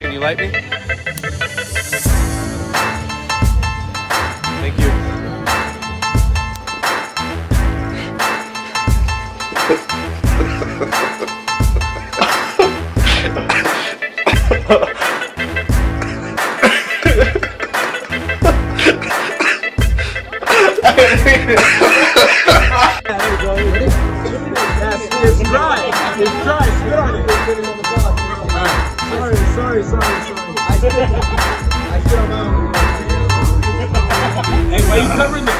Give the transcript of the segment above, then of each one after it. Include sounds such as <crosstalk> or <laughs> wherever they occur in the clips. You like me? Thank you. It's dry. It's dry. Spit on it. Sorry, sorry, sorry, sorry. I Hey, why you covering this?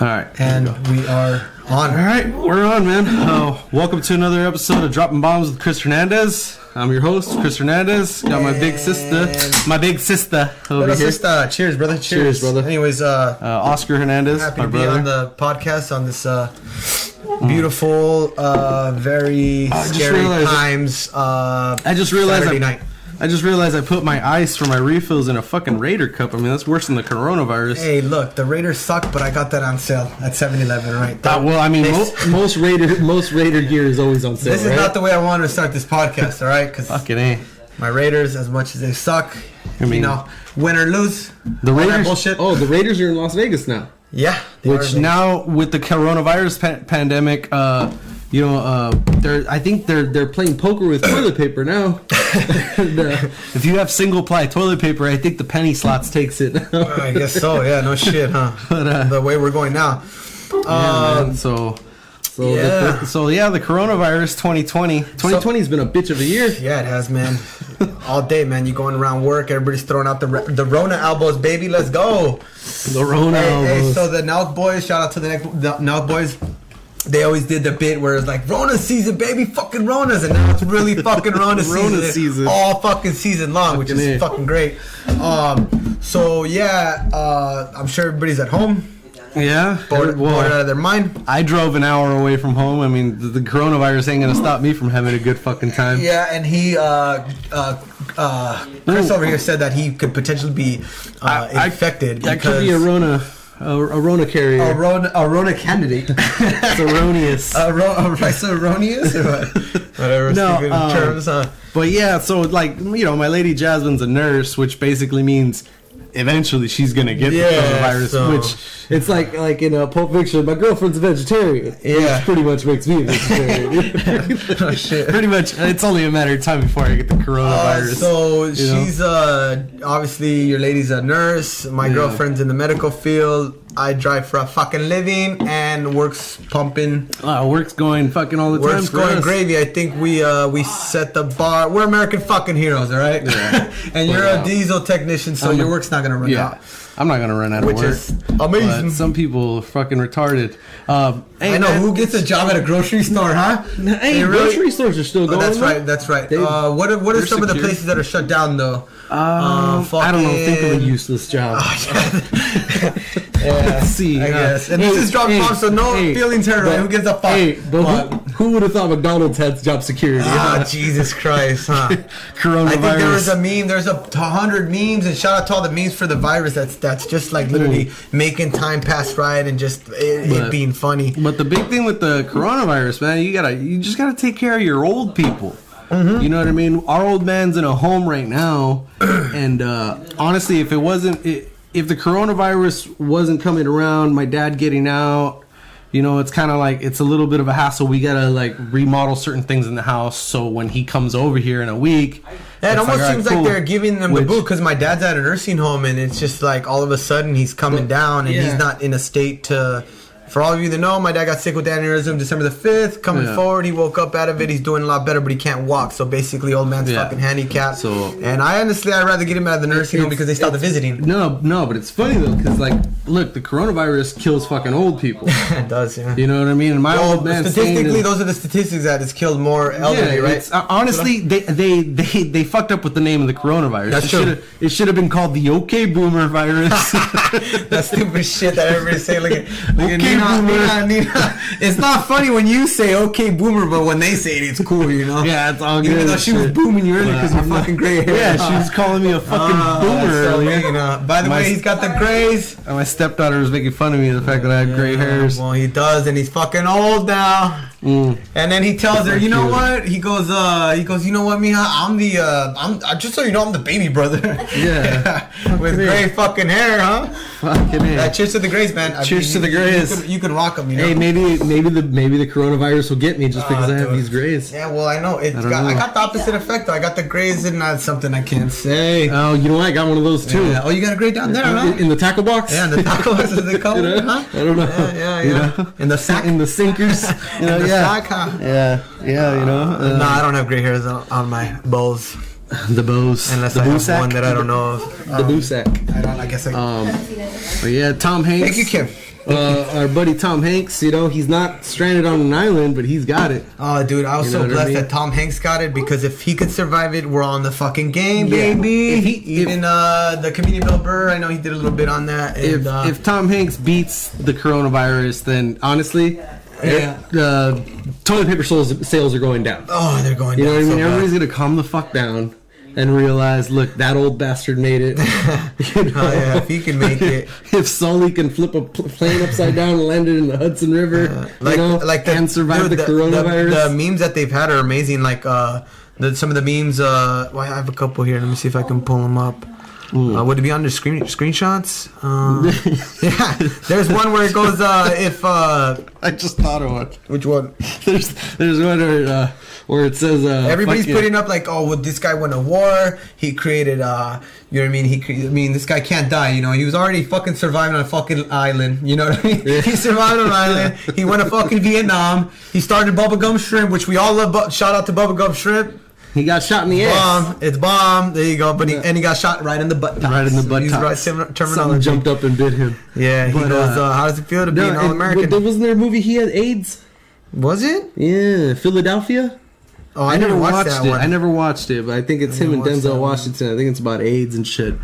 All right. And we are All on. right, we're on, man. Uh, welcome to another episode of Dropping Bombs with Chris Hernandez. I'm your host, Chris Hernandez. Got my big sister, my big sister over Brother, here, sister. Cheers, brother. Cheers. Cheers, brother. Anyways, uh, Uh, Oscar Hernandez, happy my to be brother. Mm. on the podcast on this uh, beautiful, uh, very just scary realized- times. Uh, I just realized Saturday I, night. I just realized I put my ice for my refills in a fucking Raider cup. I mean, that's worse than the coronavirus. Hey, look, the Raiders suck, but I got that on sale at 7-Eleven, right? Uh, well, I mean, This- mo- most Raider most Raider gear is always on sale. this is right? eh. not the way I wanted to start this podcast, all right? <laughs> Because fucking a. my Raiders, as much as they suck, I mean- you know, win or lose, The that Raiders. bullshit. Oh, the Raiders are in Las Vegas now. yeah. they Which are- now with the coronavirus pa- pandemic, uh, you know, uh, they're I think they're they're playing poker with toilet paper <laughs> now. And, uh, if you have single ply toilet paper, I think the penny slots takes <laughs> it. <laughs> I guess so. Yeah, no shit, huh? But, uh, the way we're going now. Yeah, man, Um, so. So yeah. Yeah. The, so yeah, the coronavirus 2020. 2020 has been a bitch of a year. Yeah, it has, man. All day, man. You going around work? Everybody's throwing out the the Rona elbows, baby. Let's go. The Rona. Hey, hey, was- so the North Boys, shout out to the, next, the North Boys. They always did the bit where it's like Rona season, baby, fucking Ronas, and now it's really fucking <laughs> Rona, Rona season, season. all fucking season long, which Fucking is A. fucking great. Um, so yeah, uh, I'm sure everybody's at home, yeah. bored, well, bored out of their mind. I drove an hour away from home. I mean, the, the coronavirus ain't gonna stop me from having a good fucking time. Yeah, and he, uh, uh, uh, Chris No. over here said that he could potentially be uh, I- I- infected. That could be a because- Oh, Rona, a, a Rona carrier. A Rona, a Rona <laughs> candidate. <laughs> It's erroneous. a ro- a rice <laughs> erroneous or what? Whatever No, stupid um, terms, huh? but yeah, so like you know, my lady Jasmine's a nurse, which basically means eventually she's gonna get the Yeah, coronavirus. so- Which it's like like in a Pulp Fiction, my girlfriend's a vegetarian. Yeah. which pretty much makes me a vegetarian. <laughs> <laughs> <laughs> Oh, shit. pretty much, it's only a matter of time before I get the Uh, coronavirus. so you know? she's uh obviously your lady's a nurse. My Yeah. girlfriend's in the medical field. I drive for a fucking living and works pumping. Wow, work's going fucking all the time. Works for going us. gravy. I think we uh we set the bar. We're American fucking heroes, all right? Yeah. <laughs> and you're We're a out. diesel technician, so I'm your a- work's not gonna run Yeah, out. I'm not gonna run out Which of work. is but amazing. some people are fucking retarded. Um, hey, I know man, <laughs> who gets a job at a grocery store, huh? Hey, They grocery really- stores are still Oh, going. that's though. right. That's right. They- uh, what are, what are they're some of the secure. places that are shut down though? Um, I don't know. Think of a Uh, fucking- Oh, useless job. <laughs> <laughs> yeah, Let's see. I uh, guess. And this is drop bomb, so no feelings hurt. right? but- Who gives a fuck? Hey, but Fuck. who, who would have thought McDonald's had job security? <laughs> Ah, Jesus Christ, huh? Coronavirus. I think there was a meme. There's a t- hundred memes, and shout out to all the memes for the virus. That's that's just like literally making time pass right and just it, But- it being funny. But the big thing with the coronavirus, man, you gotta, you just gotta take care of your old people. Mm-hmm. You know what I mean? Our old man's in a home right now, <clears throat> and uh, honestly, if it wasn't, i if the coronavirus wasn't coming around, my dad getting out, you know, it's kind of like it's a little bit of a hassle. We gotta like remodel certain things in the house, so when he comes over here in a week, Yeah, it it's almost all right, seems cool. like they're giving them the Which- boot because my dad's at a nursing home and it's just like all of a sudden he's coming down and yeah. he's not in a state to. For all of you that know, my dad got sick with aneurysm December the 5th. Coming Yeah. forward, he woke up out of it. He's doing a lot better, but he can't walk. So basically, old man's Yeah. fucking handicapped. So- and I honestly, I'd rather get him out of the nursing home because they stopped the visiting. <laughs> No, no, but it's funny though, because like, look, the coronavirus kills fucking old people. it does, yeah. You know what I mean? And my Well, old man statistically, those are the statistics that it's killed more elderly, right? uh, honestly, they, they they they fucked up with the name of the coronavirus. That's it true. shoulda- It should have been called the OK Boomer virus. <laughs> <laughs> that stupid shit that everybody's saying. Like, like Okay, Nina, boomer. Nina, Nina. <laughs> It's not funny when you say "Okay, boomer," but when they say it, it's cool, you know. yeah, it's all good. Even though she was Shit. booming you earlier <laughs> because Yeah, your I'm not- fucking gray <laughs> hair. Yeah, <laughs> she was calling me a fucking Ah, boomer that's so earlier. mean, uh, by the My- way, he's got the grays. And my stepdaughter was making fun of me the fact that I had gray <laughs> hairs. Mm. Well, he does, and he's fucking old now. And then he tells her, you know what? He goes, uh, he goes, you know what, Mija? I'm the, uh, I'm uh, just so you know, I'm the baby brother. <laughs> Yeah. with Fucking gray fucking hair, huh? Fucking Yeah, A. cheers to the grays, man. I Cheers mean, to the you- grays. You, can- you can rock them, you know. Hey, maybe maybe the maybe the coronavirus will get me just because I have Ah, dude. these grays. Yeah, well, I know. It I I, don't got, I know. got the opposite effect, though. I got the grays and uh, something I can't say. Oh, you know what? I got one of those too. Yeah. Oh, you got a gray down there, huh? In, in the tackle box. yeah, and the tacos is the <laughs> color, You know? huh? I don't know. Yeah, yeah, You yeah. know? In the sack. in the <laughs> sinkers. You know, in the yeah. sack, huh? Yeah, yeah, you know uh, no, I don't have gray hairs on, on my balls the bows, unless the I boo have sack, one that I don't know of. Uh, the Uh, boo sack. I don't. I guess I. But yeah, Tom Hanks. Thank you, Kim. Uh, our buddy Tom Hanks. You know, he's not stranded on an island, but he's got it. Oh, dude, I was You know so what I blessed mean? that Tom Hanks got it because if he could survive it, we're on the fucking game, Yeah. baby. If he- Even uh, the comedian Bill Burr, I know he did a little bit on that. And, If uh, if Tom Hanks beats the coronavirus, then honestly, Yeah. uh, toilet paper sales sales are going down. oh, they're going. You know down what I so mean? bad. Everybody's gonna calm the fuck down and realize, look, that old bastard made it. <laughs> you know? Oh, yeah, if he can make it. <laughs> if Sully can flip a pl- plane upside down and land it in the Hudson River, Uh, you like know, like the, and survive dude, the, coronavirus. The, memes that they've had are amazing. Like uh, the, some of the memes. Uh, well, I have a couple here. Let me see if I can pull them up. Uh, would it be on the screen screenshots? <laughs> Um, yeah, there's one where it goes. Uh, if uh, I just thought of one. <laughs> which one? There's there's one where, uh, where it says uh, Everybody's fucking- putting up like, oh, well, this guy won a war. He created, uh, you know what I mean? He, cre- I mean, this guy can't die. You know, he was already fucking surviving on a fucking island. You know what I mean? <laughs> he survived on <laughs> an island. He went to fucking Vietnam. He started bubblegum shrimp, which we all love. Bu- shout out to bubblegum shrimp. He got shot in the ass. Bomb. It's bomb. There you go. But he, and he got shot right in the butt. Right in the butt. He's tops. right similar Something terminology. jumped up and bit him. Yeah, he But, goes. uh, Uh, how does it feel to be No, an and- but there all-American? wasn't there a movie he had AIDS? Was it? Yeah, Philadelphia. Oh, I, never watched, that it. one. I never watched it, but I think it's him and never watched that Denzel one. Washington. I think it's about AIDS and shit.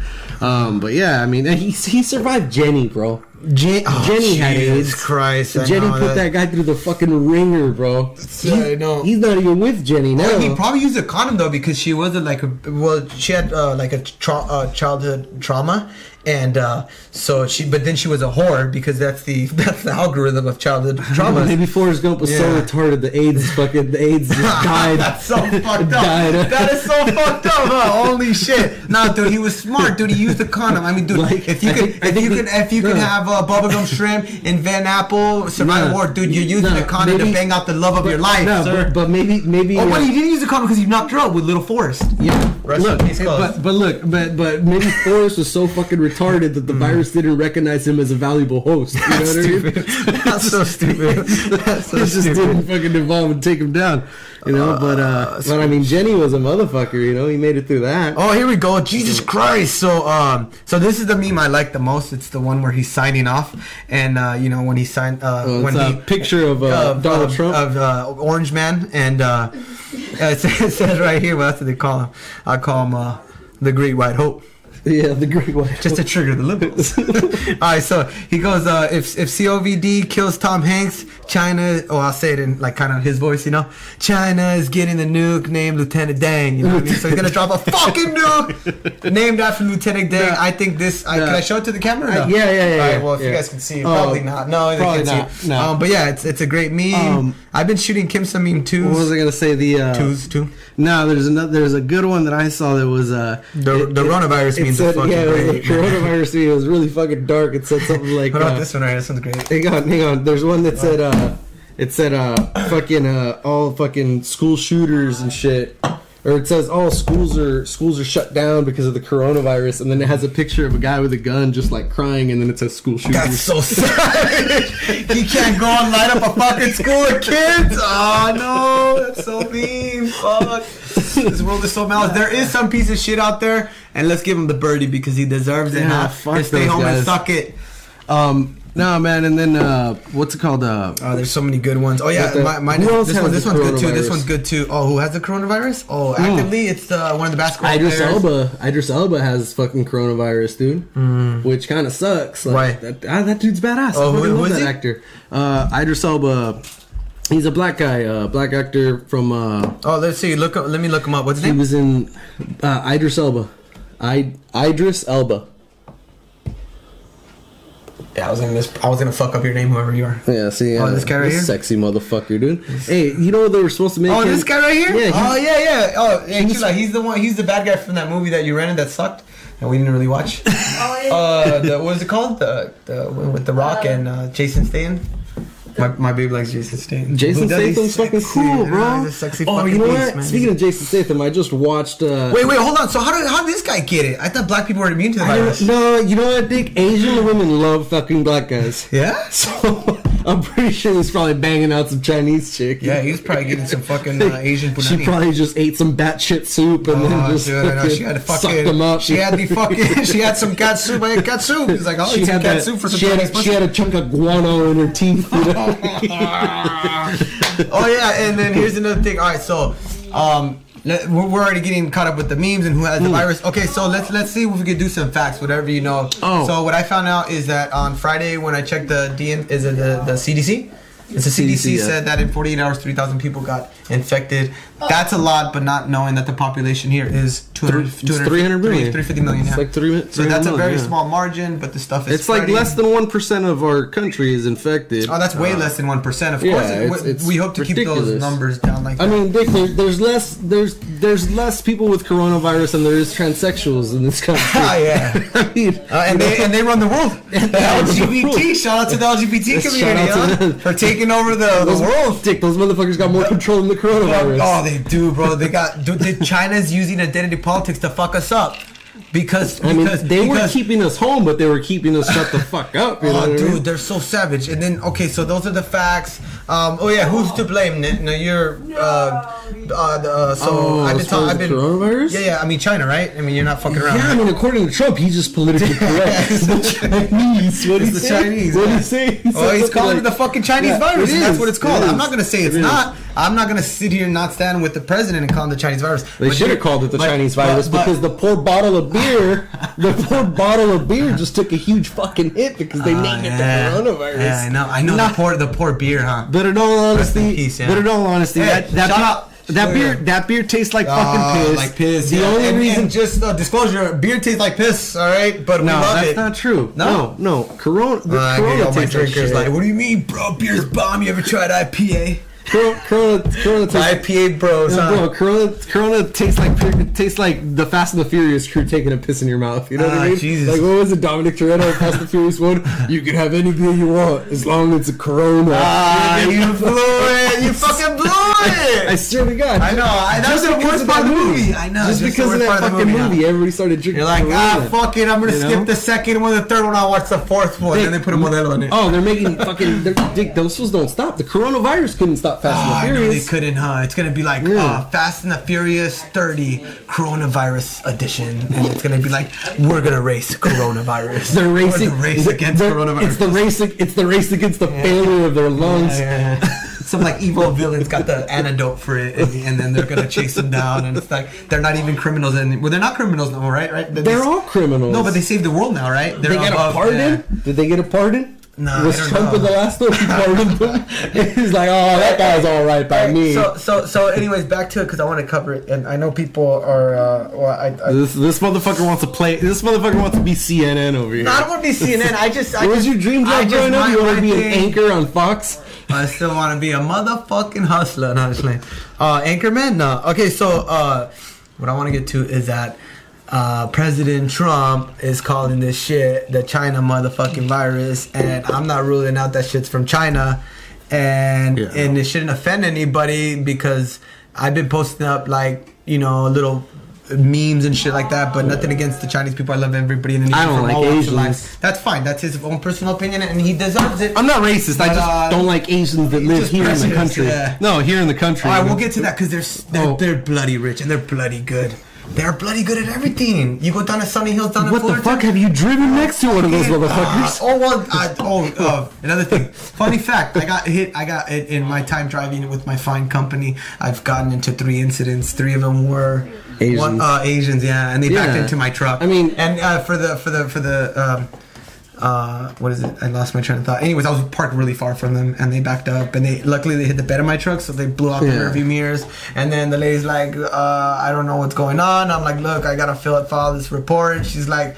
Um, but yeah, I mean, and he he survived Jenny, bro. Je- oh, Jenny had AIDS. Jesus Christ! I Jenny know put that. guy throrough the fucking ringer, bro. Yeah, I know. He's not even with Jenny now. Well, he probably used a condom though because she wasn't like a, well she had uh, like a tra- uh, childhood trauma and uh, so she but then she was a whore because that's the <laughs> that's the algorithm <laughs> of childhood trauma. <laughs> Maybe Forrest Gump was so Yeah. retarded the <laughs> AIDS fucking the AIDS just died. <laughs> That's so fucked up. Died. That is so fucked <laughs> up. Huh? Holy shit! Nah, dude, he was smart, dude. He used a condom. I mean, dude, Like, if you I could, think- I if think you we- could, if you could no. have uh, <laughs> bubblegum shrimp and Van Apple survive No. war, dude, you're using No, a condom maybe- to bang out the love of your life, no, sir. but, but maybe maybe. oh, uh, what? He didn't use a condom because he knocked her up with Little Forest. Yeah. Rest look, in peace, close. but but look, but but <laughs> maybe Forrest was so fucking retarded that the Mm. virus didn't recognize him as a valuable host. You know what I mean? <laughs> That's so stupid. <laughs> That's so it just stupid. didn't fucking evolve and take him down, you know. but uh, but I mean, Jenny was a motherfucker, you know. He made it through that. Oh, here we go. Jesus Christ. So, um, so this is the meme I like the most. It's the one where he's signing off, and uh, you know when he signed, uh, Uh, when it's he a picture of, uh, of Donald of- Trump. of uh, Orange Man, and uh, <laughs> it says it says right here. Well, that's what they call him. I call him uh, the Great White Hope. <laughs> yeah, the great white. just to trigger <laughs> the liberals. <laughs> All right, so he goes, uh, if if COVD kills Tom Hanks, China. Oh, I'll say it in like kind of his voice, you know. China is getting the nuke named Lieutenant Dang. You know what I mean? So he's <laughs> gonna drop a fucking nuke named after Lieutenant Dang. I think this. I, Can I show it to the camera? or no? Uh, yeah, yeah, yeah, All yeah, right, well, if you yeah. guys can see, Oh, probably not. No, they probably can't not, see. it. no. Um, but yeah, it's it's a great meme. Um, I've been shooting Kim some meme twos. What was I gonna say? The uh, Twos too. No, there's another. There's a good one that I saw that was uh, The- the coronavirus means a fucking yeah, it was great. the coronavirus meme. It was really fucking dark. It said <laughs> something like, What about uh, this one? Right, this one's great. hang on, hang on. There's one that said uh, it said uh, fucking uh, all fucking school shooters and shit. Or it says all schools are schools are shut down because of the coronavirus, and then it has a picture of a guy with a gun just like crying, and then it says school shooters. That's so savage. he can't go and light up a fucking school of kids. Oh no, that's so mean. Fuck. This world is so malice. There is some piece of shit out there, and let's give him the birdie because he deserves it. Yeah, huh? fuck Just stay those home guys. and suck it. <laughs> um, no man, and then uh, what's it called? Uh, Oh, there's so many good ones. Oh yeah, What the- my, mine who else is, this has one, this the one's good too. This coronavirus? one's good too. Oh, who has the coronavirus? Oh, actively, it's uh, one of the basketball Idris players. Elba, Idris Elba has fucking coronavirus, dude, which kind of sucks. Like, Why? That, ah, that dude's badass. Oh, I who- fucking who love is that he? actor. Uh, Idris Elba, he's a black guy, uh, black actor from. Uh, Oh, let's see. Look, up- let me look him up. What's his he name? was in uh, Idris Elba, I Idris Elba. Yeah, I was gonna miss, I was gonna fuck up your name, whoever you are. Yeah, see, Oh, uh, this guy right here? sexy motherfucker, dude. Hey, you know what they were supposed to make? Oh, him- this guy right here. Yeah, he- oh yeah, yeah. Oh, yeah, he's, he's the one. He's the bad guy from that movie that you rented that sucked and we didn't really watch. <laughs> Oh, yeah. uh, the, what was it called? The, the one with The Rock and uh, Jason Statham. My, my baby likes Jason Statham. Jason Statham's fucking cool, bro. He's a sexy oh, fucking you know beast, what? man. Speaking of Jason Statham, I just watched. Uh, wait, wait, hold on. So how did how did this guy get it? I thought black people were immune to the I virus. don't- no, you know what, Dick? Asian women love fucking black guys. <laughs> Yeah. So <laughs> I'm pretty sure he's probably banging out some Chinese chick. Yeah, he was probably getting some fucking uh, Asian punani. She probably just ate some batshit soup and then Oh, just dude, I know. fucking She had a sucked fucking. them up. She had the fucking. <laughs> She had some cat soup. I had cat soup. He's like, oh, She it's had, cat that, soup for some she, had Chinese a, she pussy. had a chunk of guano in her <laughs> teeth. You know? oh yeah, and then here's another thing. All right, so um, let, we're we're already getting caught up with the memes and who has the virus. Okay, so let's let's see if we can do some facts, whatever you know. Oh. So what I found out is that on Friday when I checked the DN, is it the, the CDC? It's the CDC, CDC, yeah. said that in 48 hours, 3,000 people got infected. That's a lot, but not knowing that the population here is 200, It's 300 million. 350 million. It's yeah. like three mi- So 300 that's a very million, yeah. small margin, but the stuff is. It's like spreading. less than one percent of our country is infected. Oh, that's way less than one percent. Of Uh, yeah, course, it- it's- it's we hope to keep those ridiculous. numbers down. Like I mean, Dick, there, there's less there's there's less people with coronavirus than there is transsexuals in this <laughs> country. Ah, yeah. <laughs> I mean, Uh, and they and they run <laughs> the world. The LGBT. Shout out to the LGBT Shout community out to huh? them. for taking over the, <laughs> the those, world. Dick, those motherfuckers got more control than the coronavirus. Oh, they do, bro. They got <laughs> dude. They, China's using identity politics to fuck us up because I mean, because they were because- keeping us home, but they were keeping us shut the fuck up. You know Oh, what I mean? dude, they're so savage. And then, okay, so those are the facts. Um, oh yeah, who's to blame? N- No, you're. Uh, uh, the, uh, so Oh, I've been as far as talking. I've the been. coronavirus? Yeah, yeah. I mean, China, right? I mean, you're not fucking around. Yeah, I mean, according to Trump, he's just <laughs> politically correct. <laughs> It's the the Chinese. What It's he the say? Chinese, What yeah. he say? He Oh, said he's something calling like- it the fucking Chinese Yeah, virus. it and is, that's what it's it called. is, I'm not gonna say it's it is. not. I'm not gonna sit here and not stand with the president and call him the Chinese virus. They should have called it the Chinese virus because the poor bottle of <laughs> beer, the poor bottle of beer just took a huge fucking hit because they named it the coronavirus. Ah, Yeah, I know. I know Nah. the poor the poor beer, huh? But in all Rest in honesty, peace, yeah. but in all honesty, Hey, that that shut beer, up. that Sure. beer that beer tastes like Ah, fucking piss. Like piss. The yeah. only And- reason and just uh, disclosure, beer tastes like piss. All right, but we no, love that's it. not true. No? No, no, Corona. The Uh, I mean, corona all my tastes like drinkers shit. like, what do you mean, bro? Beer's bomb. You ever tried IPA? Corona. Corona, <laughs> corona tastes IPA, bros. No, huh? bro, Corona, Corona tastes like it tastes like the Fast and the Furious crew taking a piss in your mouth. You know what Ah, I mean? Jesus. Like what was it, Dominic Toretto, in Fast and Furious One? You can have any beer you want as long as it's a Corona. Ah, you blew it. You fucking blew <laughs> it. I swear to God. I know. I, that's Just the because worst of part of that the movie. I know. Just, it's the because of worst that part fucking huh? movie, everybody started drinking. You're like, ah, Corona. fuck it. I'm gonna You skip know? the second one, the third one. I'll watch the fourth one. and then they put a Modelo in it. Oh, they're making fucking. They're, dick, those fools don't stop. The coronavirus couldn't stop Fast Ah, I and the know they Furious. couldn't, huh? It's gonna be like Yeah. uh, Fast and the Furious 30 Coronavirus Edition, and it's gonna be like we're gonna race coronavirus. <laughs> They're We're racing. gonna race against they're- coronavirus. It's the race. ag- It's the race against the failure of their lungs. Yeah, yeah. <laughs> Some like evil villains got the antidote for it, and, and then they're gonna chase them down. And it's like they're not even criminals anymore. Well, they're not criminals no more, right? Right? They- They're all criminals. No, but they saved the world now, right? They're They got above- a pardon? Did they get a pardon? Nah, was I don't Trump know. in the last <laughs> one? He pardoned them. <laughs> He's like, oh, that guy's all right by me. So, so, so. Anyways, back to it because I want to cover it, and I know people are. Uh, well, I, I, this this motherfucker wants to play. This motherfucker wants to be CNN over here. I don't want to be CNN. I just. I What was just- your dream I job just- growing up? my- You want my to be an thing- anchor on Fox? I still want to be a motherfucking hustler. No, I'm just playing. Uh, Anchorman? No. Okay, so uh, what I want to get to is that uh, President Trump is calling this shit the China motherfucking virus, and I'm not ruling out that shit's from China, and Yeah. and it shouldn't offend anybody because I've been posting up like you know little memes and shit like that, but nothing against the Chinese people. I love everybody in Indonesia I don't from like all walks of Asians. life. That's fine. That's his own personal opinion, and he deserves it. I'm not racist. I But, just uh, don't like Asians that live just here in the prejudiced, country. yeah. No, here in the country. All right, we'll get to that because they're s- they're, Oh. they're bloody rich and they're bloody good. They're bloody good at everything. You go down to Sunny Hills down in what the Fullerton. fuck have you driven next to one of those Ah, motherfuckers? oh well. I, oh, uh, another thing. Funny fact: I got hit. I got hit in my time driving with my fine company. I've gotten into three incidents. Three of them were Asians. One, uh, Asians, yeah, and they backed Yeah. into my truck. I mean- and uh, for the for the for the. Um, uh, what is it? I lost my train of thought. Anyways, I was parked really far from them, and they backed up, and they luckily they hit the bed of my truck, so they blew out the Yeah. rearview mirrors. And then the lady's like, uh, "I don't know what's going on." I'm like, "Look, I gotta fill out file this report." And she's like,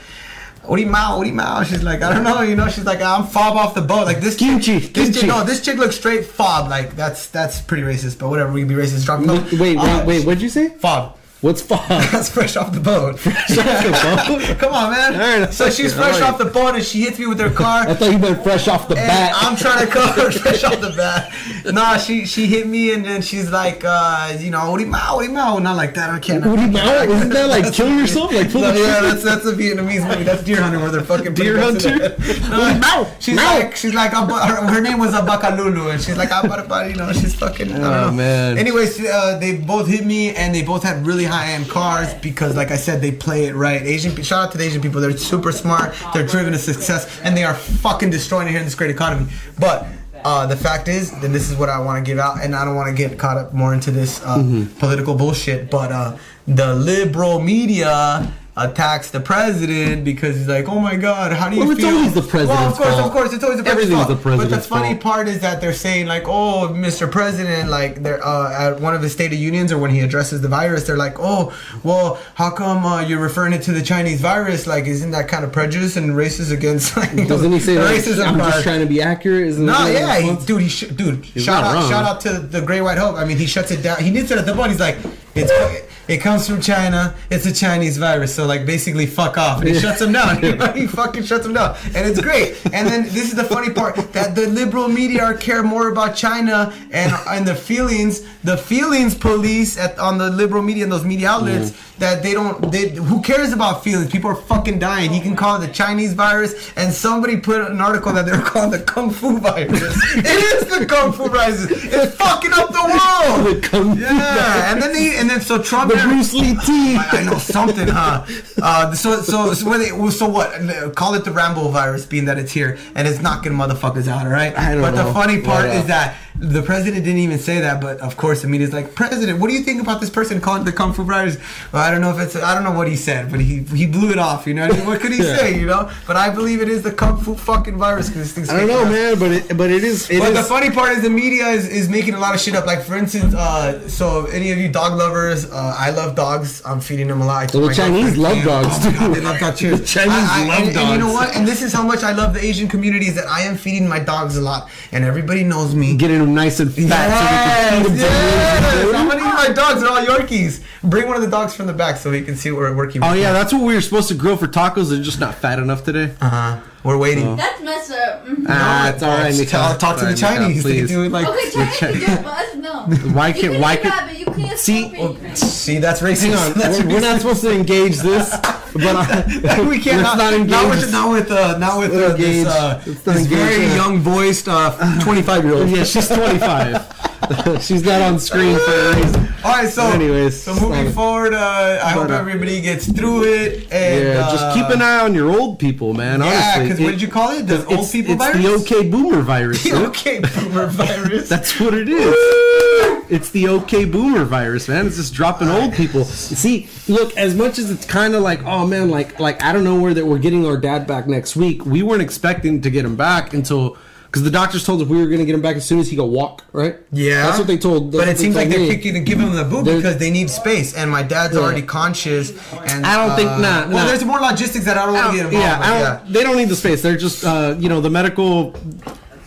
Orimao, Orimao. She's like, I don't know, you know. She's like, I'm fob off the boat. Like this Kimchi, chick, this kimchi. chick, no, this chick looks straight fob. Like that's that's pretty racist, but whatever. We can be racist. Drop no, Wait, wait, uh, wait, what'd you say? fob. <laughs> What's fuck? That's fresh off the boat. <laughs> Come on, man. All right, so she's all fresh right. off the boat, and she hits me with her car. I thought you meant fresh off the And bat. <laughs> I'm <laughs> trying to cover fresh off the bat. Nah, she she hit me and then she's like, uh, you know, Orimao, Orimao. Not like that. I can't. What do you know? Isn't that like kill yourself? Like pull <laughs> No, the yeah, trigger? that's that's a Vietnamese movie. That's Deer Hunter where they're fucking putting Deer guns in Hunter? <laughs> it. No, she's like she's like Abba- her, her name was Abakalulu and she's like Abarabari, you know, she's fucking. I don't Oh, know. man. Anyways, uh, they both hit me and they both had really high end cars because, like I said, they play it right. Asian pe- shout out to the Asian people. They're super smart. They're driven to success and they are fucking destroying it here in this great economy. But. Uh, the fact is, then this is what I want to give out, and I don't want to get caught up more into this uh, Mm-hmm. political bullshit. But uh, the liberal media attacks the president because he's like, "Oh my God, how do you Well, it's feel?" always the Well, of president's course, fault. of course, it's always the president's Everything's fault. the But the president's funny fault. part is that they're saying like, "Oh, Mr. President," like they're uh, at one of his State of Unions or when he addresses the virus, they're like, "Oh, well, how come uh, you're referring it to the Chinese virus? Like, isn't that kind of prejudice and racist against like Doesn't he say the like, racism?" I'm part?" just trying to be accurate? Isn't No, that yeah, what he, it's dude, he sh- dude. shout not out, wrong. shout out to the Great White Hope. I mean, he shuts it down. He did set it at the ball. He's like, it's it comes from China. It's a Chinese virus. So like, basically, fuck off. And he shuts him down. <laughs> he fucking shuts him down. And it's great. And then this is the funny part that the liberal media are care more about China and and the feelings, the feelings police at on the liberal media and those media outlets that they don't. They who cares about feelings? People are fucking dying. He can call it the Chinese virus, and somebody put an article that they <laughs> were calling the Kung Fu virus. <laughs> it is the Kung Fu virus. It's fucking up the world. <laughs> The Kung Fu yeah, and then they, and then so Trump. The Bruce Lee T. <laughs> I, I know something, huh? Uh, so, so, so, when they, well, so what? Call it the Rambo virus, being that it's here and it's knocking motherfuckers out, all right? I don't but the know. funny part Yeah. is that the president didn't even say that, but of course the media's like, President, what do you think about this person calling it the Kung Fu virus? Well, I don't know if it's, I don't know what he said, but he he blew it off, you know? What, I mean? what could <laughs> he say, you know? But I believe it is the Kung Fu fucking virus because this thing's I don't know, kicking ass. man, but it, but it is. It But the is funny part is the media is, is making a lot of shit up. Like for instance, uh, so any of you dog lovers, uh, I love dogs. I'm feeding them a lot. I keep Well, the my Chinese girlfriend love feeding- dogs, oh my God, dude. they love <laughs> dogs too. The Chinese I- I- love and, And you know dogs. what? And this is how much I love the Asian community is that I am feeding my dogs a lot, and everybody knows me. getting them nice and fat. Yes, so we can feed them to yes. the- I'm gonna eat my dogs. They're all Yorkies. Bring one of the dogs from the back so we can see what we're working. Oh yeah, that's what we were supposed to grill for tacos. They're just not fat enough today. Uh huh. We're waiting. Oh. That's messed up. Mhm. Ah, it's all right, Just Mika. tell- talk to Sorry, the Mika, Chinese. They please. do it like. Okay, China check- can do it, but us no. Why You can't? can Why do can't? that, but you can't See, stop anything. See, that's racist. Hang on, <laughs> That's we're, we're not supposed to engage this, but I, <laughs> we can't Let's not engage. not with not with uh, not with uh, this, Engage. uh, Let's not Uh-huh. this engage very in it. young <laughs> voiced uh, twenty five year old. yeah, she's <laughs> 25. she's not on screen for a reason. All right, so Anyways, so moving sorry. forward, uh, I hope uh, everybody gets through it and Yeah, uh, just keep an eye on your old people, man. Yeah, because honestly, what did you call it? The it's, old people it's virus. the OK Boomer virus. <laughs> The dude. <laughs> okay boomer virus. That's what it is. It's the OK Boomer virus, man. It's just dropping old people. See, look, as much as it's kind of like, oh man, like, like I don't know where that we're getting our dad back next week. We weren't expecting to get him back until because the doctors told us we were going to get him back as soon as he could walk. Right? Yeah, that's what they told. But that's it what they seems like told they're me. kicking and giving them the boot They're- because they need space, and my dad's Yeah. already conscious. And I don't think- uh, nah, Well, nah. there's more logistics that I don't want to get I don't- involved. yeah, I with, don't, they don't need the space. They're just, uh, you know, the medical,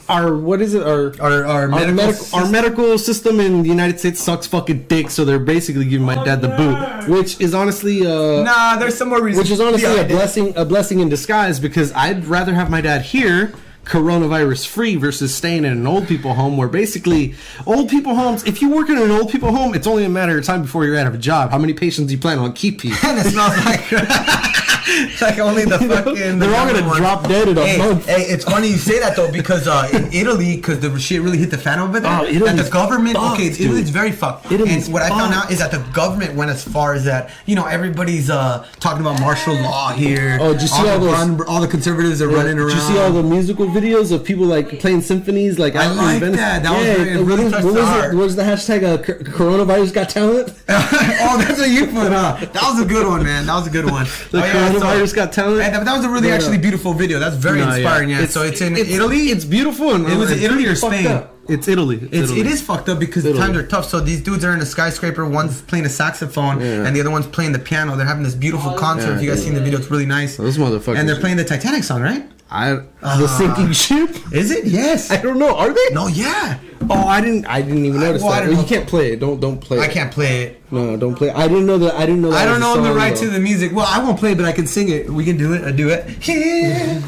our what is it? Our Our- our medical medical, our system. medical system in the United States sucks fucking dick. So they're basically giving my dad the boot, which is honestly, uh, Nah, there's some more reasons. which is honestly Yeah, a blessing, a blessing in disguise because I'd rather have my dad here. Coronavirus free versus staying in an old people home where basically old people homes. If you work in an old people home, it's only a matter of time before you're out of a job. How many patients do you plan on keeping? And it smells like <laughs> like only the fucking. They're all gonna one. drop dead in a Hey, month. hey, it's funny you say that though because uh, in Italy, because the shit really hit the fan over there. Oh, that the Italy's government, fucked, okay, dude. Italy's very fucked. Italy's and what I found fucked. out is that the government went as far as that you know everybody's uh, talking about martial law here. Oh, did you see all the those- run- all the conservatives are running around? Did you see all the musical videos of people like playing symphonies? Like I out in like Venice? that. That was very- it and really what, touched what the was heart. it? What was the hashtag? Uh, cor- coronavirus got talent. <laughs> oh, <laughs> that's what you put, huh? <laughs> That was a good one, man. That was a good one. The oh, coronavirus so- got talent. And that, that was a really Yeah. actually beautiful video. That's very No, yeah. inspiring. Yeah. So it's in Italy. It's beautiful. And It was and Italy or fucked Spain? up. It's Italy. It's, It's, Italy. it is fucked up because the Italy. times are tough. So these dudes are in a skyscraper. One's playing a saxophone Yeah. and the other one's playing the piano. They're having this beautiful concert. Yeah, if you guys seen the video, it's really nice. Those motherfuckers. And they're playing the Titanic song, right? I, the sinking ship. <laughs> Is it? Yes. I don't know. Are they? Ah. No, yeah. Oh, I didn't. I didn't even notice well, I that. don't You know. can't play it. Don't don't play. I it. can't play it. No, don't play. I didn't know that. I didn't know. That I don't was a know the song, right though. to the music. Well, I won't play, but I can sing it. We can do it. I do it. Here,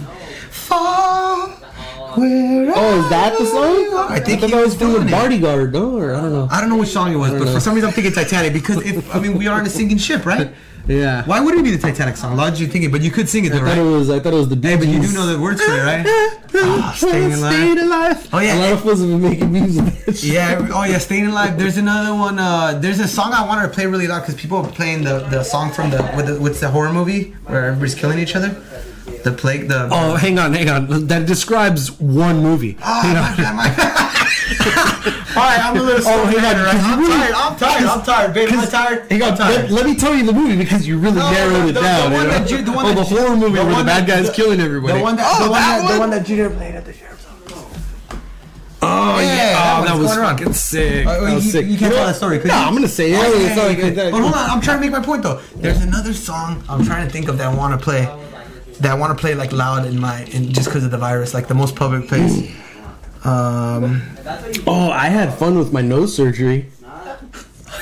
far, where Oh, is that the song? <laughs> I think thought he that was was from doing the it. bodyguard, no, or I don't know. I don't know which song it was, but know. for some reason I'm thinking Titanic because if I mean we are on a sinking <laughs> ship, right? Yeah. Why would it be the Titanic song? Lodge, you think it, but you could sing I it though, thought it right? was. I thought it was the. Bee Hey, but you do Gees. know the words to it, right? <laughs> Ah, Staying Alive. alive. Oh, yeah. A lot of us have been making music. Yeah. Oh yeah, staying alive. There's another one. Uh, there's a song I wanted to play really loud because people are playing the, the song from the, with the what's the horror movie where everybody's killing each other. The plague. The Oh, hang on, hang on. That describes one movie. Oh, my God, my <laughs> All right, I'm a little. Oh, hang on, right? because I'm you really- tired. I'm tired. I'm tired, <laughs> babe. I'm tired. Hang on, I'm tired. let, let me tell you the movie because you really No, narrowed the- it the- down. the one you know? that you- the one oh, that the you- horror movie the where the one bad that- guy's the- killing everybody. The one that, oh, the one that, that, one? the one that Junior played at the sheriff's office. oh, yeah. yeah, Oh, what's that was going on? fucking sick. Uh, that was you- sick. you can't know tell what? that story, could No, you? I'm gonna say it. Okay, It's not like okay. that- But hold on, I'm trying to make my point though. There's another song I'm trying to think of that I want to play, that I want to play like loud in my, in, just because of the virus, like the most public place. Um, Oh, I had fun with my nose surgery.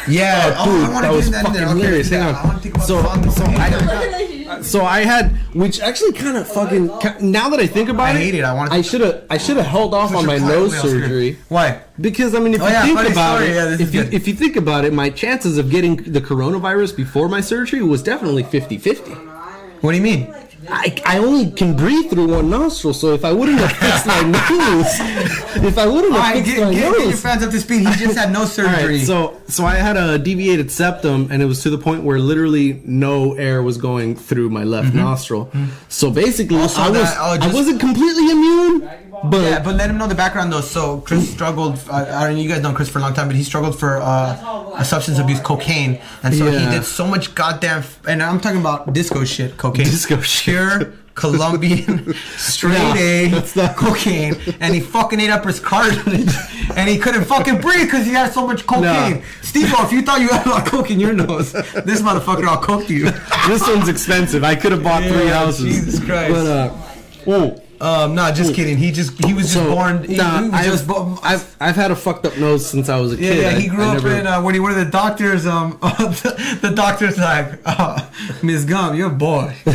yeah, Oh, dude, I wanna that do was in there. fucking hilarious. yeah, Hang on. I wanna think about So- the song. so Okay, I- yeah. So I had, which actually kind of fucking. ki- Now that I think about I it, hate it. I wanted- I should have. I should have held off What's on your my plan? nose What else, dude? surgery Why? because I mean, if Oh, you yeah, think funny about story. it, Yeah, this is if you good. if you think about it, my chances of getting the coronavirus before my surgery was definitely 50-50. What do you mean? I, I only can breathe through one nostril, so if I wouldn't have fixed <laughs> my nose, if I wouldn't All have right, fixed get, my get, get your nose, fans up to speed. He just had <laughs> no All right, surgery. so so I had a deviated septum, and it was to the point where literally no air was going through my left Mm-hmm. nostril. So basically, Also I was that- oh, I just- wasn't completely immune, but Mm. yeah, but let him know the background though. So Chris struggled. Uh, I don't know. You guys know Chris for a long time, but he struggled for uh, a substance abuse, cocaine, and so he Yeah. did so much goddamn. F- and I'm talking about disco shit, cocaine, Disco shit. pure <laughs> Colombian straight No, A that's not- cocaine, and he fucking ate up his cartilage, <laughs> and he couldn't fucking breathe because he had so much cocaine. No. Steve, if you thought you had a lot of coke in your nose, this motherfucker all <laughs> coked you. <laughs> this one's expensive. I could have bought three Yeah, houses. Jesus Christ. But uh, oh, Um, nah, just kidding. He just he was just so born. He, nah, he was I've, just born. I've I've had a fucked up nose since I was a Yeah, kid. yeah. I- He grew I up never- in uh, what do you? What are the doctors? Um, <laughs> the, the doctors like uh, Miss Gum, you're <laughs> a boy. <laughs>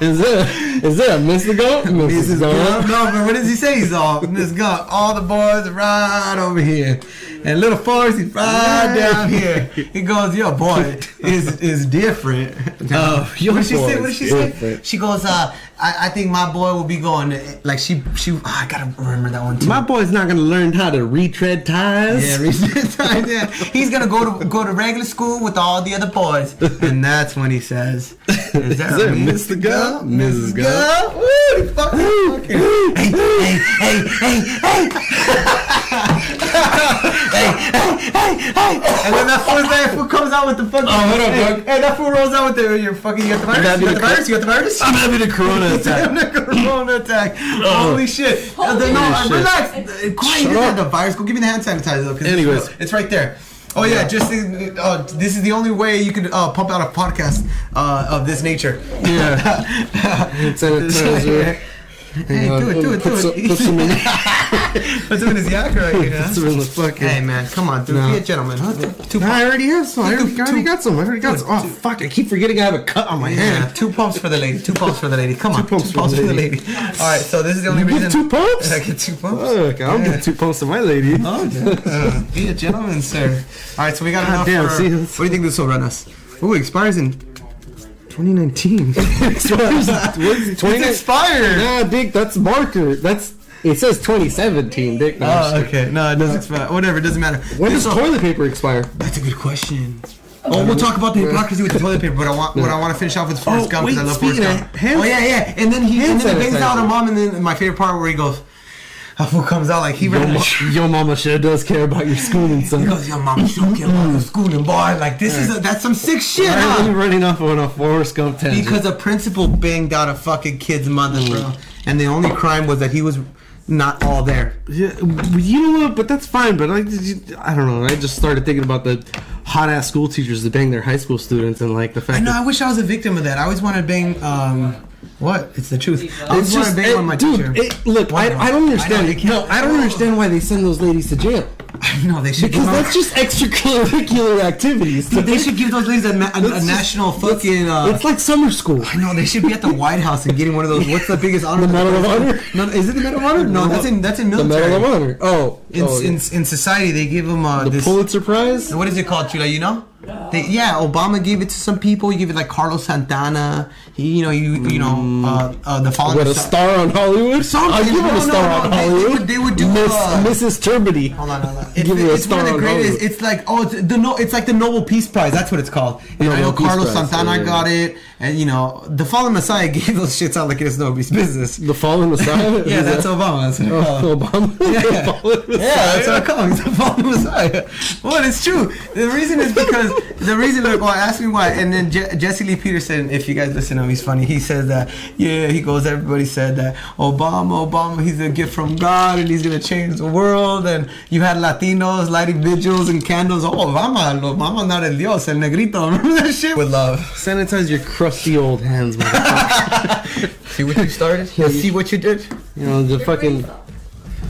Is it is it a Mr. <laughs> Goat? Mrs. no, Goat. no, but what does he say? He's all Miss Gum. All the boys right over here, and little Forrest he's right down here. He goes, <laughs> your boy is is different. Oh, your what did she boy say? What is did she say? different. She goes, uh, I, I think my boy will be going. to-" Like she she ah, I gotta remember that one too. My boy's not gonna learn how to retread ties. Yeah, <laughs> recent time. Yeah, he's gonna go to go to regular school with all the other boys, and that's when he says, "Is that there a Mr. Gubb? Mrs. Gubb? Gubb? Woo, he fucking- fucking- <laughs> Hey, hey, hey, hey, hey. Hey, <laughs> hey, hey, hey. And then that fool's that fool comes out with the fucking. Oh, hold up, hey, bro. hey, that fool rolls out with the your fucking. You got the virus. That'd You be got the the cor- virus. You got the <laughs> virus. I'm having a corona <laughs> attack. Damn, the <laughs> corona attack. Holy shit. Holy no, uh, shit. relax. Uh, Quiet, you Shut just had up. the virus. Go give me the hand sanitizer. though, 'cause it's Anyways. real. It's, right there. Oh yeah, just uh, uh, this is the only way you could uh, pump out a podcast uh, of this nature. Yeah. sanitizer. <laughs> Hey, do it, do it, do Put some- it. put some in- <laughs> Put some in his yak right here. <laughs> huh? That's really fucking. Hey man, come on, dude. No. Be a gentleman. Huh? Two, I already have some. I already, I already got some. I already got Dude, some. Oh fuck! I keep forgetting I have a cut on my yeah, hand. two pumps for the lady. Two pumps for the lady. Come on, two pumps pumps, for the for the lady. All right, so this is the only You give reason. two pumps? I get two pumps. Fuck! I don't Yeah. Oh, get two pumps to my lady. <laughs> Uh, be a gentleman, sir. All right, so we got enough. damn, for, see, what that's- do you think this will run us? Ooh, it expires in <laughs> 2019. <laughs> It's 2019. expired. Nah, Dick, that's marker. That's it says 2017, Dick. No, I'm just Oh, kidding. okay. No, it doesn't expire. Whatever, it doesn't matter. When does So- toilet paper expire? That's a good question. Oh, we'll talk about the hypocrisy with the toilet paper, but I want what I want to finish off with Forrest Oh, Gump because I wait, love Forrest speaking of Gump. hand- oh yeah, yeah, and then he and hand then he bangs sanitizer. out a mom, and then my favorite part where he goes, a fool comes out like he Yo, ran. ma- yo, mama sure does care about your schooling, son. He <laughs> goes, yo, mom, you don't care about the schooling, boy. Like this is a, that's some sick shit. Why huh? are you running off on a Forrest Gump tangent? Mm-hmm. Because a principal banged out a fucking kid's mother, bro. And the only crime was that he was not all there. Yeah, you know what? But that's fine. But I, I don't know. I just started thinking about the hot ass school teachers that bang their high school students and like the I fact know. that I wish I was a victim of that. I always wanted to bang. Um, what? It's the truth. I It's always wanted to bang it- on my dude, teacher. <laughs> it- look, I, Wow. I don't understand. I know, you no, can't- Oh. I don't understand why they send those ladies to jail no, they should. because give that's them- just extracurricular activities. Dude, they should give those ladies a, na- a, a Let's just- national fucking. Uh, it's like summer school. I know they should be at the White House and getting one of those. What's the biggest honor? The Medal of Honor? No, is it the Medal of Honor? No, that's in that's in The military. Medal of Honor. Oh, In, oh, in, in society, they give them uh, the this. Pulitzer Prize. what is it called, Chula? You know? They, yeah, Obama gave it to some people. You give it like Carlos Santana. He, you know, you you know, uh, uh, the fallen. What Mm. a Star- star on Hollywood! Something- I'll give no, it no, a star no, on they- they would- Hollywood. they would do, Miss, uh, Mrs. Turbity. Hold on, hold on. It's, Give you a it's one of star the on greatest. Hollywood. It's like oh, it's the no, it's like the Nobel Peace Prize. That's what it's called. And I Nobel know Peace Carlos Prize, Santana yeah. got it, and you know, the fallen Messiah <laughs> gave those shits out like it's nobody's business. The Fallen Messiah. <laughs> Yeah, Is that's that- Obama. <laughs> That's what it's called. Oh, <laughs> Obama. The Fallen Yeah, that's what I call him. He's the fallen Messiah. Well, it's true. The reason is because the reason. Look, well, ask me why. And then Je- Jesse Lee Peterson, if you guys listen to him, he's funny. He says that. Yeah, he goes. Everybody said that Obama, Obama, he's a gift from God, and he's gonna change the world. And you had Latinos lighting vigils and candles. Oh, Obama, Obama, not el Dios, el negrito. <laughs> Remember that shit with love. Sanitize your crusty old hands, man. See what you started. Yeah, see what you did. You know the <laughs> fucking.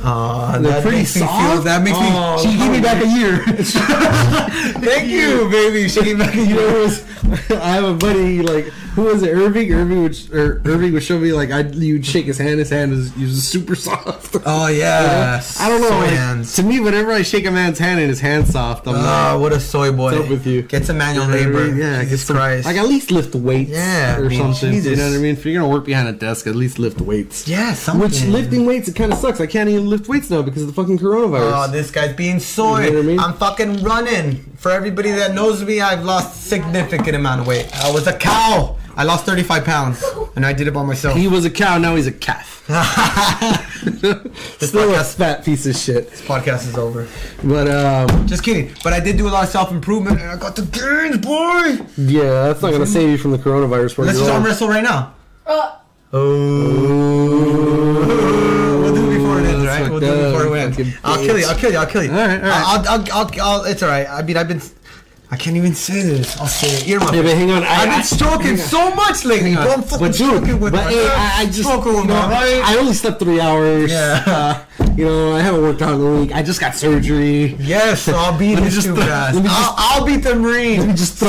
Uh, They're that pretty makes me feel- soft? that makes me. Oh, she gave me back a year. <laughs> Thank you, baby. She gave back a You know, it year. was, I have a buddy like who was it? Irving. Irving would sh- or Irving would show me like I you'd shake his hand. His hand is was super <laughs> soft. Oh yeah. I don't know. Soy like, hands. To me, whenever I shake a man's hand and his hand's soft, I'm <laughs> Ah, what a soy boy. What's up with you? Get some manual like, you know what I labor. mean? yeah, get Jesus some- Christ. Like at least lift weights, Yeah, I or mean, something. You Jesus. know what I mean? If you're gonna work behind a desk, at least lift weights. yeah, something. Which lifting weights, it kind of sucks. I can't even lift weights now because of the fucking coronavirus. Oh, this guy's being soy. You know what I mean? I'm fucking running. For everybody that knows me, I've lost significant amount of weight. I was a cow. I lost 35 pounds, and I did it by myself. he was a cow, now he's a calf. <laughs> This Still a podcast- fat piece of shit. this <laughs> podcast is over. But um, Just kidding. But I did do a lot of self improvement, and I got the gains, boy. yeah, that's not gonna Mm-hmm. save you from the coronavirus. Part Let's you're just arm on. wrestle right now. Uh, Oh. We'll do it before it ends, That's right? fucked We'll do it up, before it fucking ends. I'll kill you. I'll kill you. I'll kill you. All right, all right. I'll, I'll, I'll, I'll, it's all right. I mean, I've been. I can't even say this. I'll say it. Ear muffin. Yeah, but hang on. I, I've I- been stroking so much lately, bro. I'm fucking but stroking dude, with but my hey, I, left, I just stroking with you know, my right. I only slept three hours. Yeah. Uh, you know, I haven't worked out in a week. I just got surgery. <laughs> <laughs> Yes, so I'll beat Let me his just stupid throw- ass. let me I'll, I'll beat the Marine. me just throw-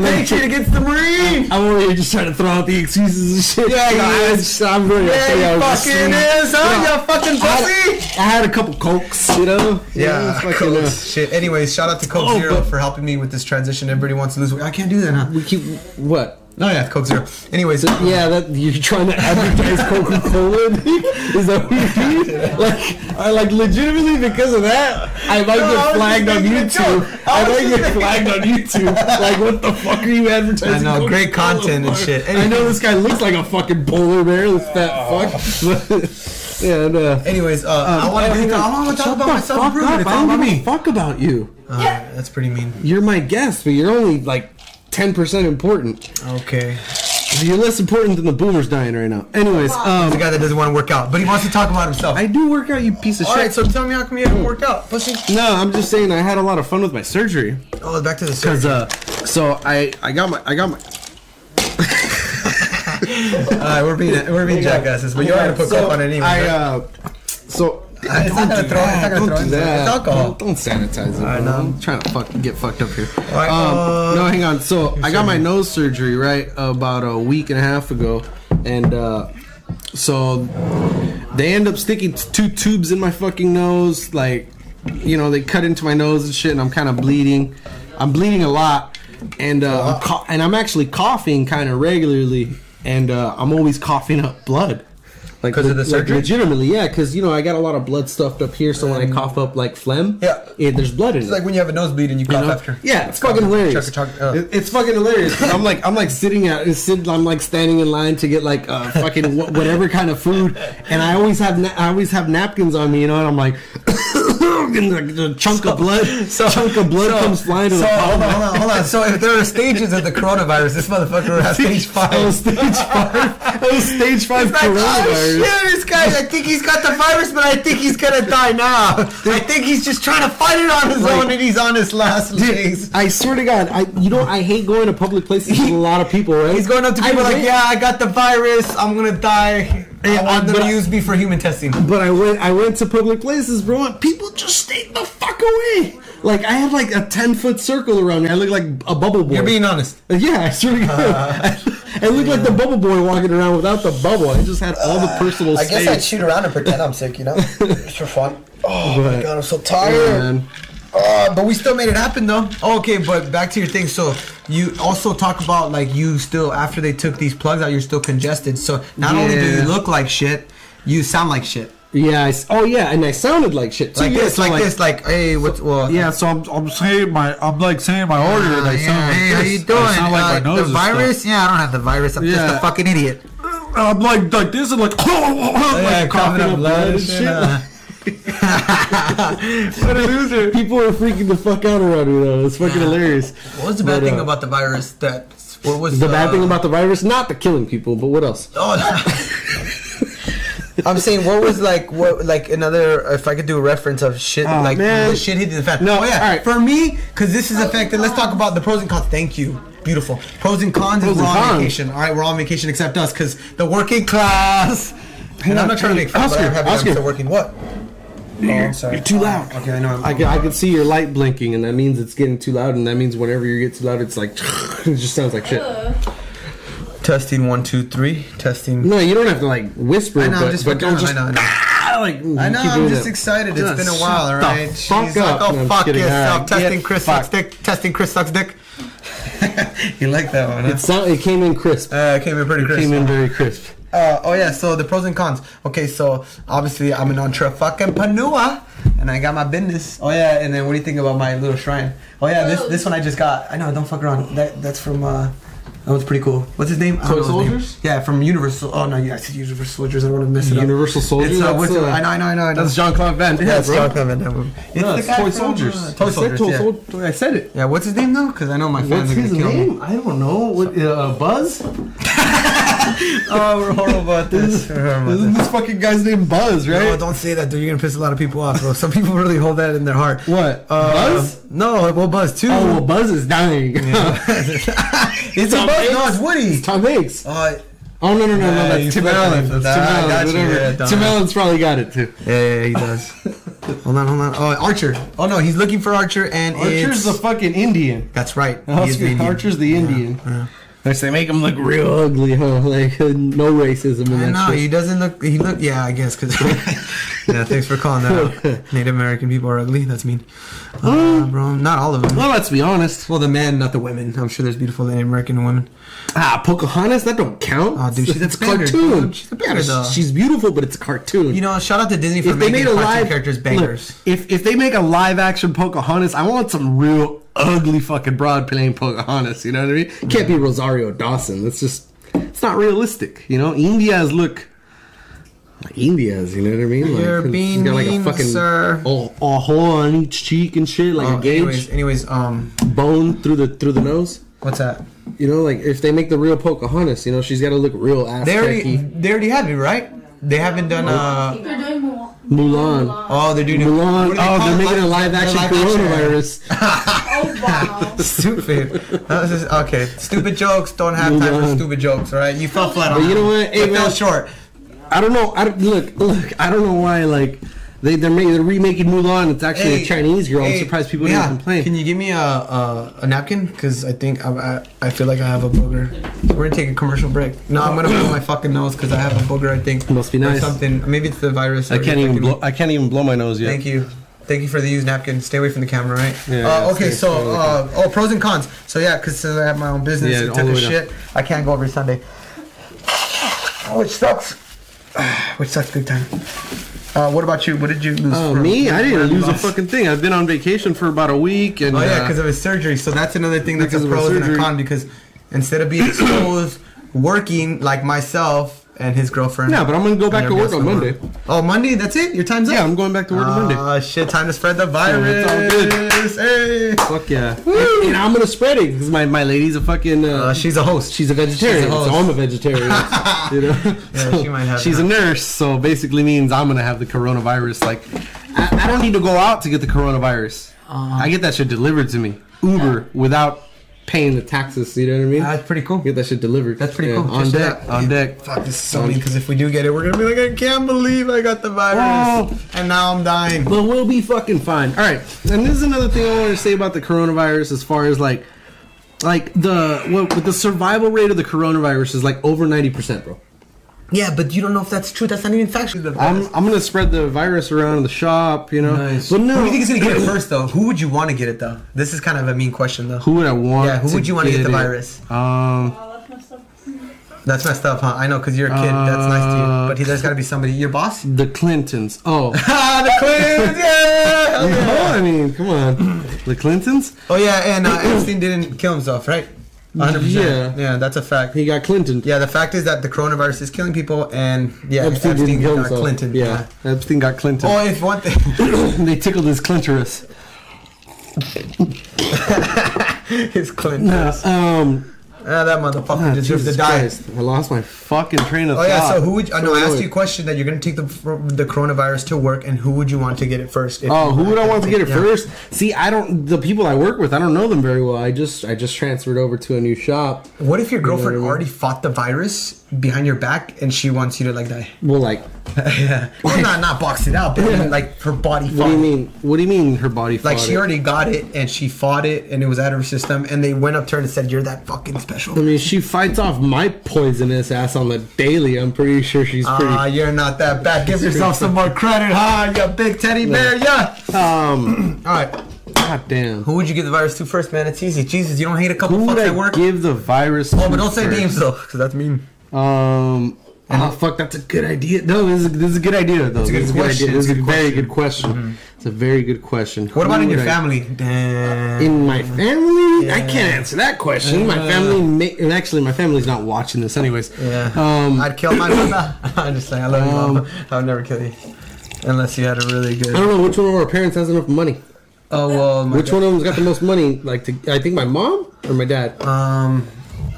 let me- patriot against the Marine. I'm over here just trying to throw out the excuses and shit. Yeah, You know, you I is. just- I'm really Yeah, three you hours of fucking sleep. is, Yeah. huh? You fucking pussy. I had a couple cokes, you know. You know, Yeah, it's fucking, Coke. uh, Shit. Anyways, shout out to Coke Oh, Zero but- for helping me with this transition. Everybody wants to lose weight. I can't do that now. we keep what? No, yeah, Coke Zero. Anyways, uh, Yeah, that you're trying to advertise Coca <laughs> Cola. Is that what you mean? Like, I like legitimately because of that, I might No, I was get just flagged on making a joke. YouTube. I I, was might just get making- flagged on YouTube. Like, what the fuck are you advertising? I know, great Coca-Cola content and for? shit. I know this guy looks like a fucking polar bear. This fat fuck. <laughs> yeah, and, uh, anyways, uh, I want to. I want to talk about myself improvement. It's all about me. Fuck about you. Uh, that's pretty mean. You're my guest, but you're only like ten percent important. Okay, You're less important than the boomers dying right now. Anyways, the um, guy that doesn't want to work out, but he wants to talk about himself. I do work out, you piece of all shit. right, so tell me how come you haven't worked out, pussy? No, I'm just saying I had a lot of fun with my surgery Oh, back to the because surgery. uh, so I I got my I got my All right, uh, we're being we're being jackasses, but you're gonna put so Coke on it anyway. I right? uh, so. it's not gonna throw. It's not gonna Don't throw. do that. It's alcohol. Don't, don't sanitize it. I I know. I'm trying to fuck, get fucked up here. right, um, uh, no, hang on. So I got my nose surgery right about a week and a half ago, and uh, so they end up sticking t- two tubes in my fucking nose. Like, you know, they cut into my nose and shit, and I'm kind of bleeding. I'm bleeding a lot, and uh, I'm co- and I'm actually coughing kind of regularly, and uh, I'm always coughing up blood. Like 'Cause of the like, surgery? Mm. legitimately, yeah. Because you know, I got a lot of blood stuffed up here, so when I cough up like phlegm, Yeah. it, there's blood in It's it. like when you have a nosebleed and you cough You know? after. Yeah, it's fucking hilarious. Chuck- chuck- uh. It- it's fucking hilarious. <laughs> 'cause I'm like, I'm like sitting out, sit- I'm like standing in line to get like uh, fucking wh- whatever kind of food, and I always have, na- I always have napkins on me, you know, and I'm like, <coughs> and the, the chunk of blood, So- chunk of blood so- comes flying to so, the bottom. hold on, hold on, hold on. So if there are stages of the coronavirus, this motherfucker <laughs> has stage five. That was Oh, stage five. That was stage five It's like, oh coronavirus. shit, this guy, I think he's got the virus, but I think he's gonna die now. I think he's just trying to fight it on his Like- own and he's on his last legs. I swear to God, I you know I hate going to public places with a lot of people, right? He's going up to I people like, went- yeah, I got the virus, I'm gonna die. I Yeah, want them but to I- use me for human testing. But I went I went to public places, bro, and people just stayed the fuck away. Like I had like a ten foot circle around me. I looked like a bubble boy. Uh, You're being Uh-huh. honest. yeah, I swear to God. <laughs> I, looked like the bubble boy walking around without the bubble. I just had all Uh, the personal I space. guess I'd shoot around and pretend I'm sick, you <laughs> know? It's for fun. Oh my But- god, I'm so Yeah, tired. man. Uh, but we still made it happen though. Oh, Okay, but back to your thing. So you also talk about like you still after they took these plugs out, you're still congested. So not only do you Yeah. look like shit, you sound like shit. Yeah, I s oh yeah, and I sounded like shit too. Like yeah, this, so like, this, like hey, what's well? Yeah, so I'm, I'm saying my I'm like saying my order Uh, like yeah, sound like hey, this. how you I doing? sound like my Uh, nose the is stuffed. virus? Yeah, I don't have the virus. I'm just a Yeah. fucking idiot. I'm like like this and like <laughs> Oh, like coughing up blood and shit. what a loser. <laughs> People are freaking the fuck out around me though. It's fucking hilarious. What was the bad But, thing uh, about the virus? That what was The bad thing about the virus, not the killing people, but what else? Oh, I'm saying, what was like, what like another? If I could do a reference of shit, like Oh, man. the shit hit the fan. No, oh, yeah. all right. For me, because this is affected. Let's talk about the pros and cons. Thank you. Beautiful. Pros and cons. is Pros we're and on cons. vacation. All right, we're on vacation except us because the <laughs> working class. And I'm not trying to make fun, but I'm Oscar, happy Oscar. I'm still working. What? Oh, I'm sorry. You're too loud. Okay, I know. I'm, I can, I can see your light blinking, and that means it's getting too loud, and that means whenever you get too loud, it's like, <laughs> it just sounds like shit. uh, testing one, two, three. Testing. No, you don't have to like whisper, I know, but, just but don't fucking- just. I know, I know. "Ah," <laughs> like, I know, keep I'm doing just it. excited. It's Just been a while, shut all the right? She's fuck like, up. oh, No, I'm just fuck kidding. yourself. All right, Testing get Chris sucks fucked. dick. <laughs> Testing Chris sucks dick. you like that one, huh? It, sound, it came in crisp. Uh, came in pretty It crisp. came in very crisp. Uh, oh yeah, so the pros and cons. Okay, so obviously I'm an entre fucking panua, and I got my business. Oh yeah, and then what do you think about my little shrine? Oh yeah, this this one I just got. I know, don't fuck around. That that's from uh, that one's pretty cool. What's his name? I don't Toy know his name. Soldiers? Yeah, from Universal. Oh no, yeah, I said Universal Soldiers. I don't want to miss it. up. Universal Soldier? It's, uh, That's, what's it- uh, I know, I know, I know. I know. That's Jean Claude Van Damme. Yeah, it's bro. John Clement. It's No, the it's guy Toy from, Soldiers. uh, I Toy said Soldiers. Toy yeah. Sol- I said it. Yeah, what's his name though? Because I know my fans What's are gonna his kill me. name? I don't know. What, uh, <laughs> Buzz? Oh, we're horrible at this. We're horrible at Isn't this fucking guy's name Buzz, No, right? don't say that, dude. You're gonna piss a lot of people off, bro. Some people really hold that in their heart. What? Uh, Buzz? No, well, Buzz too. Oh, well, Buzz is dying. <laughs> it's a Tom Buzz. Hanks? No, it's Woody. <laughs> Tom Hanks. Uh, Oh no no no no! you That's Tim put that Allen. in for That's Tim that. I Allen. got you, yeah, Whatever. dumbass. Tim Allen's probably got it too. yeah, yeah, yeah, he <laughs> does. hold on, hold on. Oh, Archer. Oh no, he's looking for Archer, and Archer's it's- the fucking Indian. That's right. He is Oscar, the Indian. Archer's the Indian. They make him look real ugly, huh? <laughs> Like no racism in I that know he shit. doesn't look. He look. Yeah, I guess. Cause <laughs> yeah, thanks for calling <laughs> that. out. Native American people are ugly. That's mean, uh, bro. Not all of them. Well, let's be honest. Well, the men, not the women. I'm sure there's beautiful Native American women. Ah, Pocahontas, that don't count. Oh, dude, she's a It's bender, cartoon. dude. She's a bender, though. She's beautiful, but it's a cartoon. You know, shout out to Disney for if they making made a cartoon live characters look, bangers. if if they make a live action Pocahontas, I want some real ugly fucking broad playing Pocahontas. You know what I mean? Can't be Rosario Dawson. That's just it's not realistic. You know, India's look. like India's, you know what I mean? Like, You're it's being mean, sir. A, a hole on each cheek and shit, like Oh, a gauge anyways, anyways, um, bone through the through the nose. what's that? You know, like if they make the real Pocahontas, you know, she's got to look real ass They already, they already have it, right? They haven't done. Uh, They're doing more. Mulan. oh, they're doing. Mulan. what do they oh, call they're it? making a live action coronavirus. Oh wow. <laughs> Stupid. That was just okay. Stupid jokes. Don't have time for Mulan. stupid jokes. All right, you fell flat on. But you that know one. what? Hey, You fell man. short. I don't know. I don't, look, look. I don't know why. Like they they're, ma- they're remaking Mulan. It's actually Hey, a Chinese girl. hey, I'm surprised people yeah. didn't complain. Can you give me a a, a napkin? Because I think I, I I feel like I have a booger. We're gonna take a commercial break. No, I'm gonna blow my fucking nose because I have a booger. I think Must be Or nice. something. Maybe it's the virus. I or can't even fucking- blow. I can't even blow my nose yet. Thank you. Thank you for the used napkin. Stay away from the camera, right? Yeah, Uh, yeah, okay, stay- so stay away uh, oh, pros and cons. So yeah, because I have my own business, Yeah, and all took the a way down. shit. I can't go every Sunday, <sighs> which sucks. <sighs> which sucks big time. Uh, what about you? What did you lose? Oh, from- me? I from didn't lose a loss? fucking thing. I've been on vacation for about a week, and Oh yeah, uh, because of his surgery. So that's another thing that's a Because of his pros and a surgery. con because instead of being exposed, working like myself and his girlfriend. Yeah, but I'm gonna go back to work on Monday. Oh, Monday. That's it. Your time's up. Yeah, I'm going back to work on Monday. Ah, shit! Time to spread the virus. it's all Hey. Fuck yeah! And, and I'm gonna spread it because my, my lady's a fucking uh, Uh, she's a host. she's a vegetarian, she's a host. so I'm a vegetarian. you know, <laughs> Yeah, So she might have she's a nurse, so basically means I'm gonna have the coronavirus. Like, I, I don't need to go out to get the coronavirus. Uh-huh. I get that shit delivered to me, Uber, without paying the taxes. You know what I mean? That's pretty cool. get that shit delivered. That's pretty Yeah, cool. On Check it deck, out. on deck. Fuck, this is so mean because if we do get it, we're gonna be like, I can't believe I got the virus, Oh. and now I'm dying. But we'll be fucking fine. All right. And this is another thing I wanted to say about the coronavirus as far as like like the what what the survival rate of the coronavirus is like over 90%, bro. Yeah, but you don't know if that's true. That's not even factual. I'm I'm going to spread the virus around in the shop, you know. But no. Who do you think is gonna get it first, though? Who would you want to get it, though? This is kind of a mean question, though. who would I want? Yeah, who would you want to get the it? virus? Um Oh, that's messed up. That's messed up, huh? I know, cause you're a kid. That's nice to Uh, you, but he, there's gotta be somebody. <laughs> Your boss? the Clintons. <laughs> Oh. ah, the Clintons. Yeah. I mean, come on. The Clintons? Oh yeah, and uh, Epstein didn't kill himself, right? 100%. Yeah. Yeah, that's a fact. He got Clinton. Yeah, the fact is that the coronavirus is killing people, and yeah, Epstein, Epstein, didn't kill got himself. Clinton. Yeah. Epstein got Clinton. Oh, if one thing, <laughs> <clears throat> they tickled his clitoris. it's Clinton. Uh, um, Ah, that motherfucker ah, deserves Jesus to die. Christ. I lost my fucking train of Oh thought. yeah, so who would? I know I Wait, asked wait. you a question that you're gonna take the the coronavirus to work, and who would you want to get it first? if Oh, you who were- would I want to get it Yeah. first? See, I don't. The people I work with, I don't know them very well. I just, I just transferred over to a new shop. What if your girlfriend Yeah. already fought the virus behind your back, and she wants you to like die? Well, like, yeah, well, not not box it out, but I mean, Yeah. like her body. what do fought you it. mean? What do you mean? Her body? Like fought she it? already got it, and she fought it, and it was out of her system, and they went up to her and said, "You're that fucking special." I mean, she fights off my poisonous ass on the daily. I'm pretty sure she's pretty. Ah, you're not that bad. Give yourself some more credit, huh? You big teddy bear, yeah. um, <clears throat> All right. god damn. Who would you give the virus to first, man? It's easy. Jesus, you don't hate a couple Who would fucks I at work. give the virus? Oh, but don't say names though, because that's mean. Um. Oh fuck, that's a good idea. No, this is a, this is a good idea though. It's a good this is question. This is It's a a good very good question. It's a very good question. What about in your family? family? Damn. In my family, I Yeah. Uh. can't answer that question. My family, ma- and actually, my family's not watching this, anyways. yeah. Um, I I'd kill my mama. <laughs> I'm just saying, I love Um, you, mama. I would never kill you. Unless you had a really good. don't know which one of our parents has enough money. Oh well. My Which one of them's got the most money? Like, to, I think my mom or my dad. Um.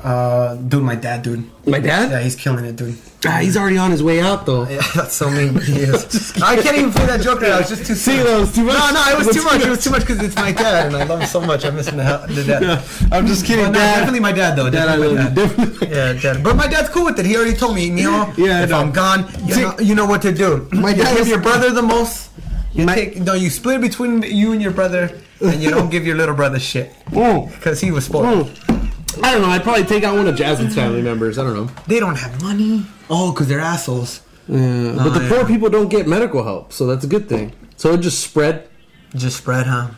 Uh, dude, my dad, dude. My Yeah, dad? he's killing it, dude. Ah, he's already on his way out, though. Yeah, <laughs> that's so mean. He <laughs> is. I can't even play that joke right now. It's just too See, that was too much. No, no, it was too much. It was too much because it's my dad, and I love him so much. I miss him the hell. The dad. I'm just kidding, But no, dad. definitely my dad though. Dad, I Definitely my love you. Definitely. Yeah, dad. But my dad's cool with it. He already told me, you know, Yeah, I if know. I'm gone, you See- know, you know what to do. My My dad dad was- give your brother the most. You My- take no, you split between you and your brother, and you don't give your little brother shit Mm, because he was spoiled. mm. I don't know. I'd probably take out one of Jasmine's family members. I don't know. They don't have money. Oh, because they're assholes. Yeah, but the yeah. poor people don't get medical help, so that's a good thing. So it just spread. Just spread, huh?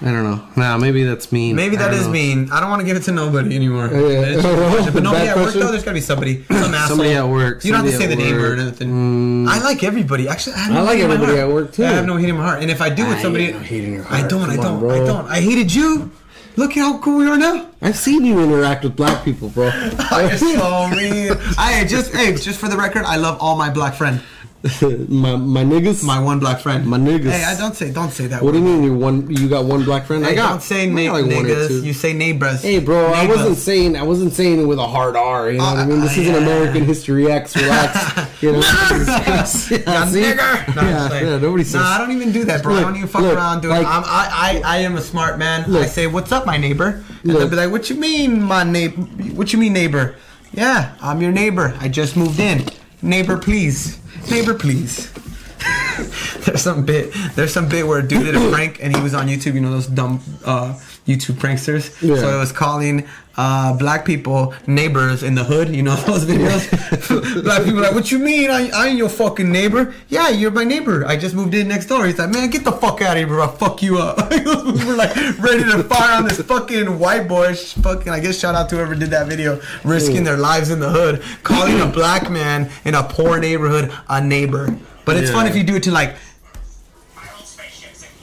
I don't know. Nah, maybe that's mean. Maybe I that don't is know. mean. I don't want to give it to nobody anymore. Oh, yeah. It's just a question. But <laughs> nobody Bad at work question? though, there's gotta <clears throat> be somebody, some asshole. Somebody at work, You don't have to say somebody the at name or work. Mm. anything. I like everybody. Actually, I, have no I like hate in my everybody heart. at work, too. I have no hate in my heart. And if I do I with ain't somebody, got no hate in your I heart. don't. I Come on, don't. I bro. don't. I hated you. Look at how cool we <laughs> are now. I've seen you interact with black people, <laughs> bro. You're so mean. I just hey, just for the record, I love all my black friend. <laughs> my my niggas. My one black friend. My niggas. Hey, I don't say don't say that. what do you word. mean you one? You got one black friend? Hey, I got. don't say I got na- like one or two. niggas. You say neighbors. Hey, bro, I Neighbors. wasn't saying I wasn't saying it with a hard R. You know what I mean? This Uh, isn't yeah. American History X. <laughs> Relax. You know. <laughs> yeah, see? Yeah, nigger. No, yeah, yeah, nobody says. Nah, I don't even do that, bro. I Look, don't even fuck look, around, dude. like- I'm, I, I, I am a smart man. I Look. say, "What's up, my neighbor?" And Look. they'll be like, "What you mean, my neighbor? What you mean, neighbor?" Yeah, I'm your neighbor. I just moved in. Neighbor, please. Neighbor, please. <laughs> there's some bit. There's some bit where a dude did a prank, and he was on YouTube. You know those dumb uh, YouTube pranksters. Yeah. So it was calling uh, black people neighbors in the hood. You know <laughs> those videos. black people are like, what you mean? I, I ain't your fucking neighbor. Yeah, you're my neighbor. I just moved in next door. He's like, man, get the fuck out of here, bro. I'll fuck you up. <laughs> We're like ready to fire on this fucking white boy. Sh- Fucking, I guess shout out to whoever did that video, risking their lives in the hood, calling a black man in a poor neighborhood a neighbor. But it's fun if you do it to like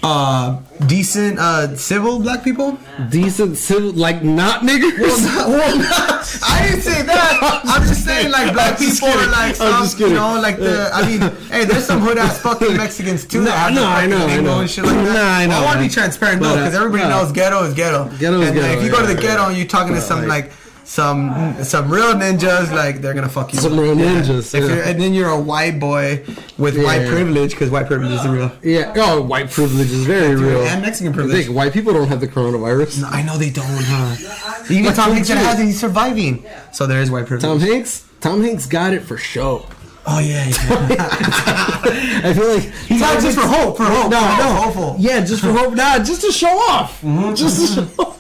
uh, decent uh, civil black people. Decent civil, like not niggers. <laughs> <laughs> I didn't say that. I'm just saying like black I'm just people are kidding. like I'm some, just you kidding. know, like the. I <laughs> mean, hey, there's some hood ass fucking Mexicans too. No, that have no, the I fucking know, I lingo know. and shit like that. No, I know, I want to I be know. transparent though, But, uh, because everybody no. knows ghetto is ghetto. Ghetto is And, uh, ghetto, If you go to the yeah, ghetto and you're talking to some like. Some some real ninjas like they're gonna fuck you. Some up. real ninjas, If yeah. you're, and then you're a white boy with white Yeah. privilege because white privilege is real. Yeah. Oh, white privilege is very real. And Mexican I privilege. think white people don't have the coronavirus. I know they don't, huh? Even Tom Hanks that has it, he's surviving. So there is white privilege. Tom Hanks. Tom Hanks got it for show. oh yeah, <laughs> yeah. I feel like he's got it just for hope, for No, hope, for no, hope, Mm-hmm, hopeful. Yeah, just for hope. Nah, just to show off. Just to show off.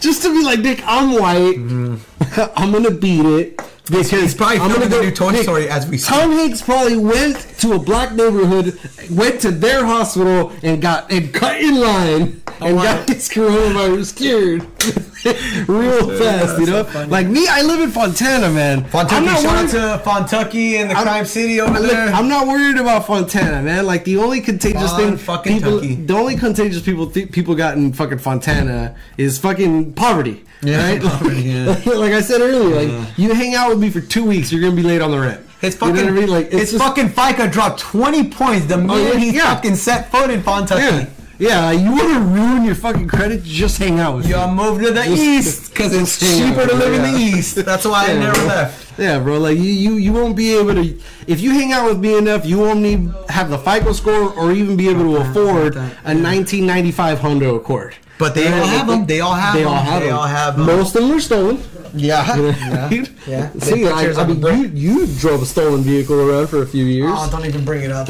Just to be like, Nick, I'm white. I'm gonna beat it. Because Mm-hmm. he's probably I'm gonna filming the go- new Toy Nick, Story as we speak. Tom Hanks probably went to a black neighborhood, went to their hospital, and got and cut in line Oh, and got his coronavirus cured <laughs> real fast. You know, like me, I live in Fontana, man. I'm Fontucky, not shout out worried- to Fontucky and the I'm- crime city over Look, there. I'm not worried about Fontana, man. Like the only contagious Fon- thing fucking people, Tucky. the only contagious people th- people got in fucking Fontana is fucking poverty. Yeah, right? <laughs> poverty, yeah. <laughs> like, I said earlier, like you hang out with me for two weeks, you're gonna be late on the rent. his You know fucking, what I mean? Like, it's his just- Oh, fucking FICA dropped 20 points the minute yeah, he yeah. fucking set foot in Fontucky. yeah, yeah. like, you want to ruin your fucking credit? Just hang out with Y'all me. moved to the Just- east because it's Just hang cheaper out to live in with the me, yeah. east. That's why I Yeah, never bro. left. Yeah, bro. Like you, you, you won't be able to. If you hang out with me enough, you won't need have the FICO score or even be able to afford a 1995 Honda Accord. But they Yeah, all have they- them. They all have they them. all have they them. all have them. Most of them are stolen. <laughs> Yeah. <laughs> Yeah. yeah. See, They I, pictures I of mean, them. you, you drove a stolen vehicle around for a few years. Oh, don't even bring <laughs> it up.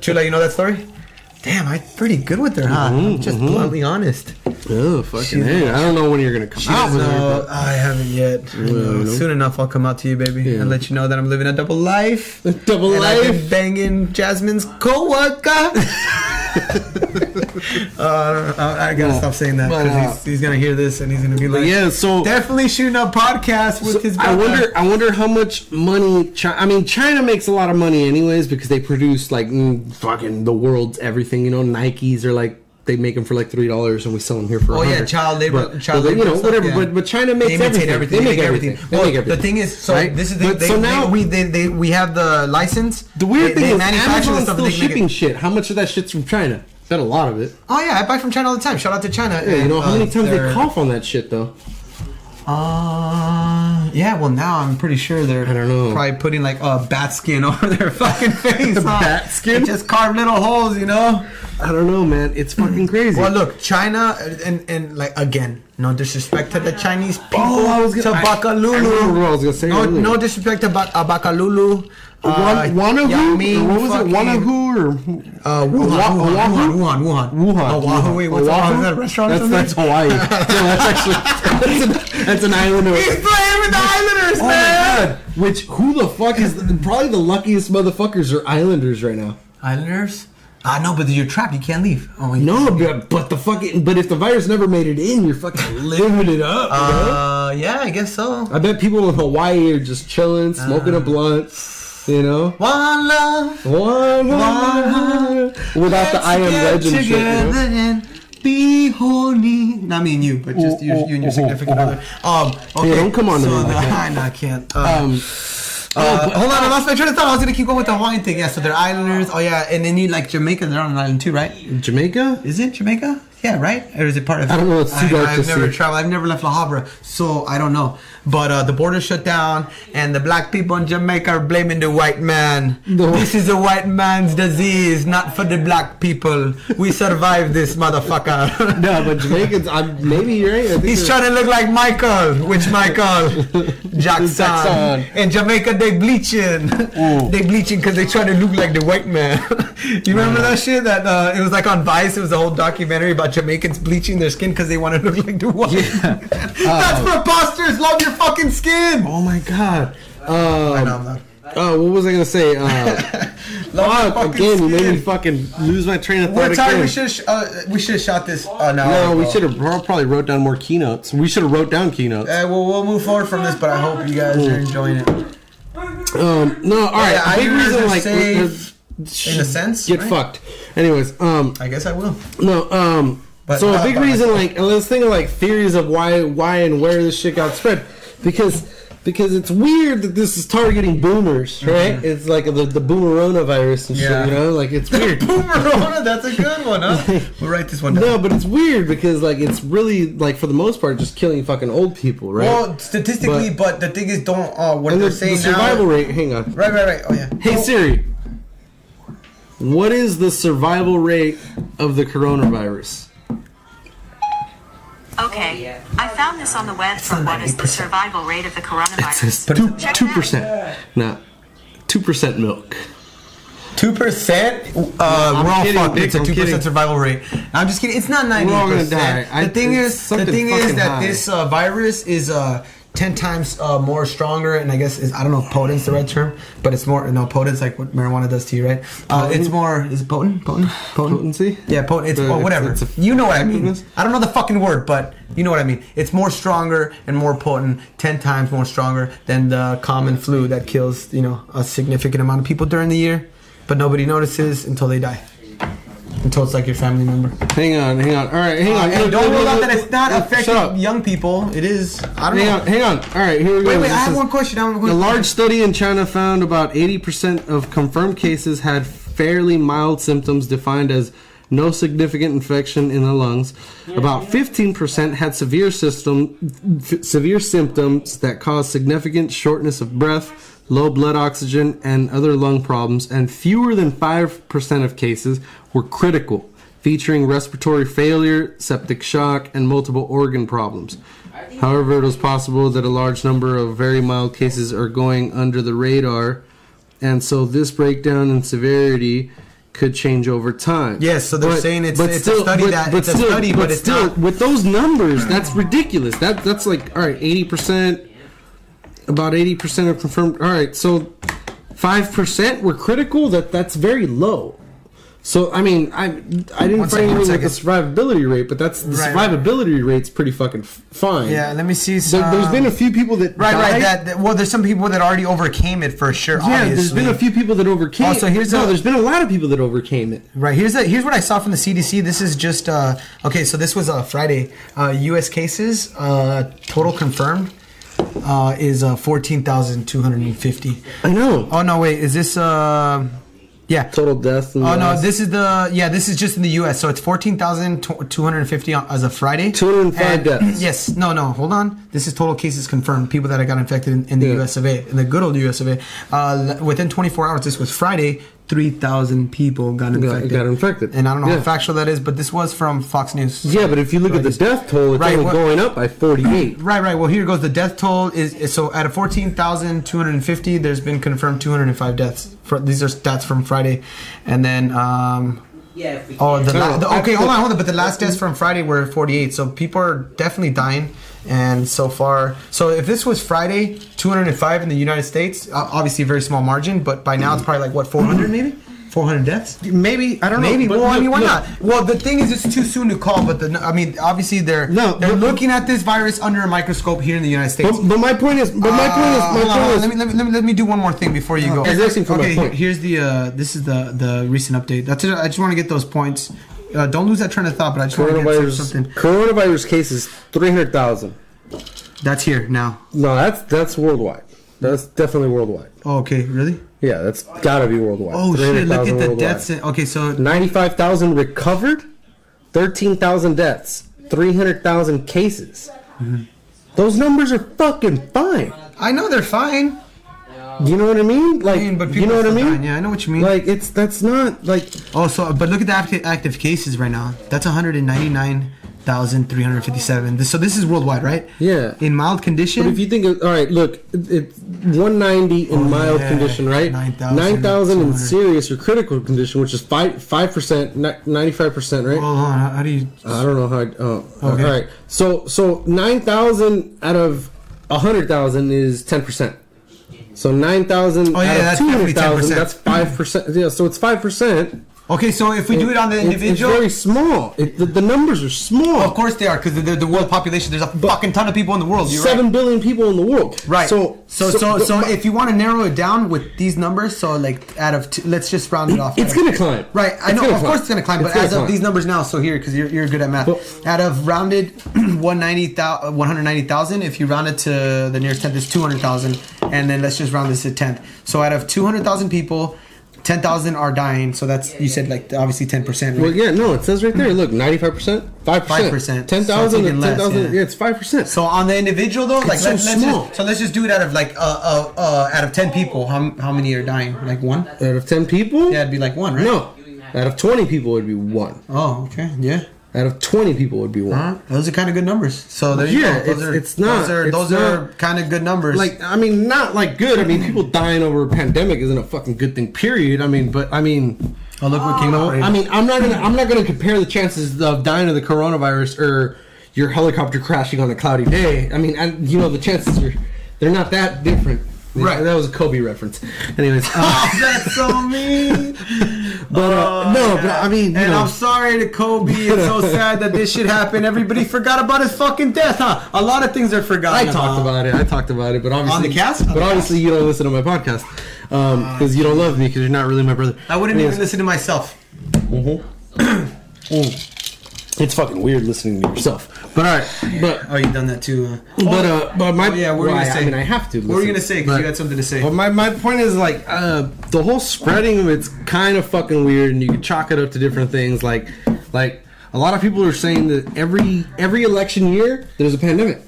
Chula, you know that story? Damn, I'm pretty good with her, huh? Mm-hmm, I'm just bluntly honest. Oh, fucking hey, I don't know when you're gonna come out with it. No, I haven't yet. I know. Soon enough, I'll come out to you, baby, and let you know that I'm living a double life. but- Double And I've been life. banging Jasmine's <laughs> co-worker. uh, I, I gotta stop saying that But, because uh, he's, he's gonna hear this and he's gonna be like, Yeah, so definitely shooting a podcast with his." I brother." wonder. I wonder how much money. China, I mean, China makes a lot of money anyways because they produce like mm, fucking the world's everything. You know, Nikes are like they make them for like three dollars and we sell them here for. Oh yeah, 100. child labor, But- child but, labor. you know, stuff, whatever. yeah. But but China makes they imitate everything. everything. They make everything. They Well, make everything. The thing is, so Right? this is the, But they, so now now- we they, they we have the license. The weird they, thing they is, manufacture the Amazon's stuff, still they make it- shipping shit. How much of that shit's from China? Bet a lot of it. Oh yeah, I buy from China all the time. Shout out to China. Yeah, you And, know how uh, many times they they're- cough on that shit though. Uh, yeah. Well, now I'm pretty sure they're. I don't know. Probably putting like a bat skin <laughs> over <laughs> their fucking face. huh? bat skin? They just carve little holes, you know. I don't know, man. It's fucking crazy. Well, look, China and and like again, no disrespect to the Chinese people. Oh, I was gonna- to I- Bakalulu. I remember what I was gonna say No, earlier. no disrespect to ba- uh, Bakalulu. Uh, Wan- Wanahu? Yao Ming, Or what was fucking- it? Wanahu or Uh, Wuhan, Wa- Wuhan, Wuhan, Wuhan, Wuhan. Oahu, wait, what's Oahu? Oahu? Is that a restaurant or That's, something? that's Hawaii. <laughs> no, that's actually that's an, that's an island. Of, He's playing with the Oh Islanders, my man. God. Which who the fuck is probably the luckiest motherfuckers are Islanders right now. Islanders? Ah, no, but you're trapped. You can't leave. Oh, you- No, but, but the fucking but if the virus never made it in, you're fucking living it up. you know? Uh, yeah, I guess so. I bet people in Hawaii are just chilling, uh, smoking a blunt. You know, One love. one, One- without the let's I am get legend shit. You together know? and be horny. Not me and you, but just Oh, you, you and your significant other. Um, okay. Yeah, don't come on to so me like <laughs> the- that. I, know, I can't. Uh, Um, Uh, hold on, I lost my train of thought. I was gonna keep going with the Hawaiian thing. Yeah, so they're islanders. Oh yeah, and then you like Jamaica. They're on an island too, right? Jamaica. Is it Jamaica? Yeah, right. Or is it part of? I don't know, it's too dark I, to have never see. traveled. I've never left La Habra, so I don't know. But uh, the border shut down, and the black people in Jamaica are blaming the white man. The- this is a white man's disease, not for the black people. We survived this, <laughs> motherfucker. No, but Jamaicans. I'm, maybe you're right. I think He's they're- trying to look like Michael. <laughs> Which Michael? Jackson. Jackson. In Jamaica, they bleaching. they bleaching because they trying to look like the white man. <laughs> you remember that shit? That uh, it was like on Vice. It was a whole documentary about Jamaicans bleaching their skin because they want to look like the white. man. <laughs> That's preposterous. Love your fucking skin. Oh my god. No, Um, I'm not. uh, what was I gonna say? <laughs> Uh, Love your fuck, fucking again, you made me skin. fucking lose my train of thought. We're tired. again. We should have uh, we should have shot this uh, an hour No, we ago. should have probably wrote down more keynotes. We should have wrote down keynotes. Uh, well, we'll move forward from this, but I hope you guys are enjoying it. Um, no, all right. Yeah, big Islanders reason are like safe, in a sense, get right? fucked. Anyways, um, I guess I <laughs> will. no, um, But so a not big by reason, like, and let's think of like theories of why, why, and where this shit got spread, because because it's weird that this is targeting boomers, right? Mm-hmm. It's like the the boomerona virus and Yeah. shit, you know, like <laughs> it's weird. Boomerona, that's a good one, <laughs> huh? We'll write this one down. No, but it's weird because like it's really like for the most part just killing fucking old people, right? Well, statistically, but, the thing is, don't. Uh, what and the, they're the saying survival now. rate. Hang on. Right, right, right. Oh yeah. Hey Siri, what is the survival rate of the coronavirus? Okay, I found this on the web for what is the survival rate of the coronavirus. Check Two that. percent. No, two percent milk. Two percent. Uh, we're all kidding, fucked. Nick, It's a I'm two kidding. percent survival rate. I'm just kidding. It's not ninety all gonna die. percent. I- The thing it's is, the something thing is fucking that high. this uh, virus is uh, ten times uh, more stronger, and I guess is I don't know if potent's the right term, but it's more no potent's like what marijuana does to you, right? Uh, it's more is it potent, potent, potent. Potency? Yeah, potent. It's Uh, well, it's- whatever. it's a- you know what I mean. Effectiveness? I don't know the fucking word, but you know what I mean. It's more stronger and more potent, ten times more stronger than the common flu that kills you know a significant amount of people during the year, but nobody notices until they die, until it's like your family member. Uh, Hang on, hang on. All right, hang on. And Look, don't look, rule look, out that look, it's not look, affecting Shut up. young people. It is. I don't Hang know. on, hang on. All right, here we go. Wait, wait. This I have is- one question. I have one A question. large study in China found about 80% of confirmed cases had fairly mild symptoms defined as no significant infection in the lungs. About 15% had severe system f- severe symptoms that caused significant shortness of breath, low blood oxygen and other lung problems and fewer than 5% of cases were critical, featuring respiratory failure, septic shock and multiple organ problems. However, it was possible that a large number of very mild cases are going under the radar, and so this breakdown in severity could change over time. Yes, so they're saying it's- it's a study that- it's a study, but it's still, not- with those numbers, that's ridiculous. That that's like all right, eighty percent, about eighty percent are confirmed. All right, so five percent were critical. That that's very low. So I mean, I I didn't find second, one anything with the second. survivability rate, but that's the Right, right. survivability rate's pretty fucking f- fine. Yeah, let me see. So there's some- been a few people that Right, died. right. That, that- well, there's some people that already overcame it for sure. yeah, there's obviously. been a few people that overcame. Also, here's no, a- there's been a lot of people that overcame it. Right here's a, here's what I saw from the CDC. This is just uh, okay. So this was uh, Friday. Uh, U.S. cases uh, total confirmed uh, is uh, fourteen thousand two hundred and fifty. I know. Oh no, wait. Is this? Uh, yeah. Total deaths. in the Oh no, last- this is the yeah. This is just in the U.S. So it's fourteen thousand two hundred and fifty as of Friday. 205 And- deaths. Yes. No. No. Hold on. This is total cases confirmed. People that got infected in, in the Yeah. U.S. of A. In the good old U.S. of A. Uh, l- within twenty four hours, this was Friday. Three thousand people got infected. got infected. And I don't know Yeah. how factual that is, but this was from Fox News. Yeah, but if you look at the death toll, it's Right, only what- going up by 48. Right, right. Well, here goes. The death toll is, is so out of fourteen thousand two hundred and fifty. There's been confirmed two hundred and five deaths. For, these are stats from Friday, and then um, Yeah, if we Oh, the, No, la- the- that's okay. the- Hold on, hold on. But the last deaths from Friday were 48, so people are definitely dying. And so far, so if this was Friday, 205 in the United States, o- obviously a very small margin, but by now it's probably like what 400 maybe, 400 deaths. Maybe I don't Maybe. but Well, I look, mean, why look. not? Well, the thing is, it's too soon to call. But the, I mean, obviously they're No, they're but- looking at this virus under a microscope here in the United States. But, but my point is, but my Uh, point is, hold my on, hold on. point Let is, Oh. me, let me let me let me do one more thing before you go. I was listening for my okay, point. here's the uh, this is the the recent update. That's it. I just want to get those points. Uh, don't lose that train of thought, but I just want to get some- coronavirus something. coronavirus cases 300,000. That's here now. No, that's that's worldwide. That's definitely worldwide. Oh, okay, really? Yeah, that's got to be worldwide. Oh shit! 300,000 Look at the worldwide. deaths. in- Okay, so 95,000 recovered, 13,000 deaths, 300,000 cases. Mm-hmm. Those numbers are fucking fine. I know they're fine. You know what I mean? Like, I mean, but people you know what I are still mean? dying. Yeah, I know what you mean. Like, it's that's not like Oh, so but look at the active, active cases right now. That's 199,357. This, so this is worldwide, right? Yeah. In mild condition. But if you think of, all right, look, it- it's 190 in mild Oh, yeah. condition, right? 9,000, 9,000 in 200. serious or critical condition, which is 5, 5%, ni- 95%, right? Hold on. How do you? I don't know how. I- Oh, Okay. all right. So, so 9,000 out of 100,000 is 10%. So 9,000 Oh, yeah, out that's of definitely 200,000, 10%. that's 5%. Yeah, so it's 5%. Okay, so if we do it on the It's- it's individual, very small. It, the, the numbers are small. of course they are because the, the world population. There's a fucking ton of people in the world. You're Seven billion people in the world. Right. So so so so, if you want to narrow it down with these numbers, so like out of two, let's just round it off. it's gonna climb. Right, I It's know. gonna Of climb. course, it's gonna climb. It's but gonna as of climb. these numbers now, so here because you're, you're good at math. But- out of rounded <clears throat> 190,000, 190,000, if you round it to the nearest tenth, it's two hundred thousand, and then let's just round this to tenth. So out of two hundred thousand people, ten thousand are dying. So that's you said like obviously ten percent. Well, yeah, no, it says right there. Look, ninety-five percent, five 5%, percent, ten thousand, so it's ten even less, thousand. yeah. Yeah, it's five percent. So on the individual though, like It's so let's, let's small. just, so let's just do it out of like uh uh, uh out of ten people, how how many are dying? Like one? out of ten people, Yeah, it'd be like one, right? no. Out of twenty people, it'd be one. Oh, okay, yeah. Out of twenty people, would be one. Huh? Those are kind of good numbers. So there you Yeah, go. Those it's- are, it's not- Those are, it's those are not- kind of good numbers. Like, I mean, not like good. I mean, people dying over a pandemic isn't a fucking good thing, period. I mean, but I mean, oh look what came Well, up. I <laughs> mean, I'm not gonna I'm not gonna compare the chances of dying of the coronavirus or your helicopter crashing on a cloudy day. I mean, I, you know, the chances are they're not that different. Right. Um, That was a Kobe reference. Anyways, <laughs> uh, Oh, that's so mean. but uh, no, but I mean, <laughs> you Oh, and know, I'm sorry to Kobe. It's <laughs> so sad that this shit happened. Everybody forgot about his fucking death, huh? A lot of things are I forgotten. talked about it. I talked about it, but obviously the cast? Uh, On But the obviously, you don't listen to my podcast because you don't love me because you're not really my brother. I wouldn't Anyways, even listen to myself. Mm-hmm. <clears throat> Mm. It's fucking weird listening to yourself. But all right, but Oh, you've done that too. Huh? but uh, but my Oh, yeah, what were you well, gonna I- say? I mean, I have to. What were listen, you gonna say? Because you but- had something to say. But my, my point is like uh, the whole spreading of it's kind of fucking weird, and you can chalk it up to different things. Like like a lot of people are saying that every every election year there's a pandemic.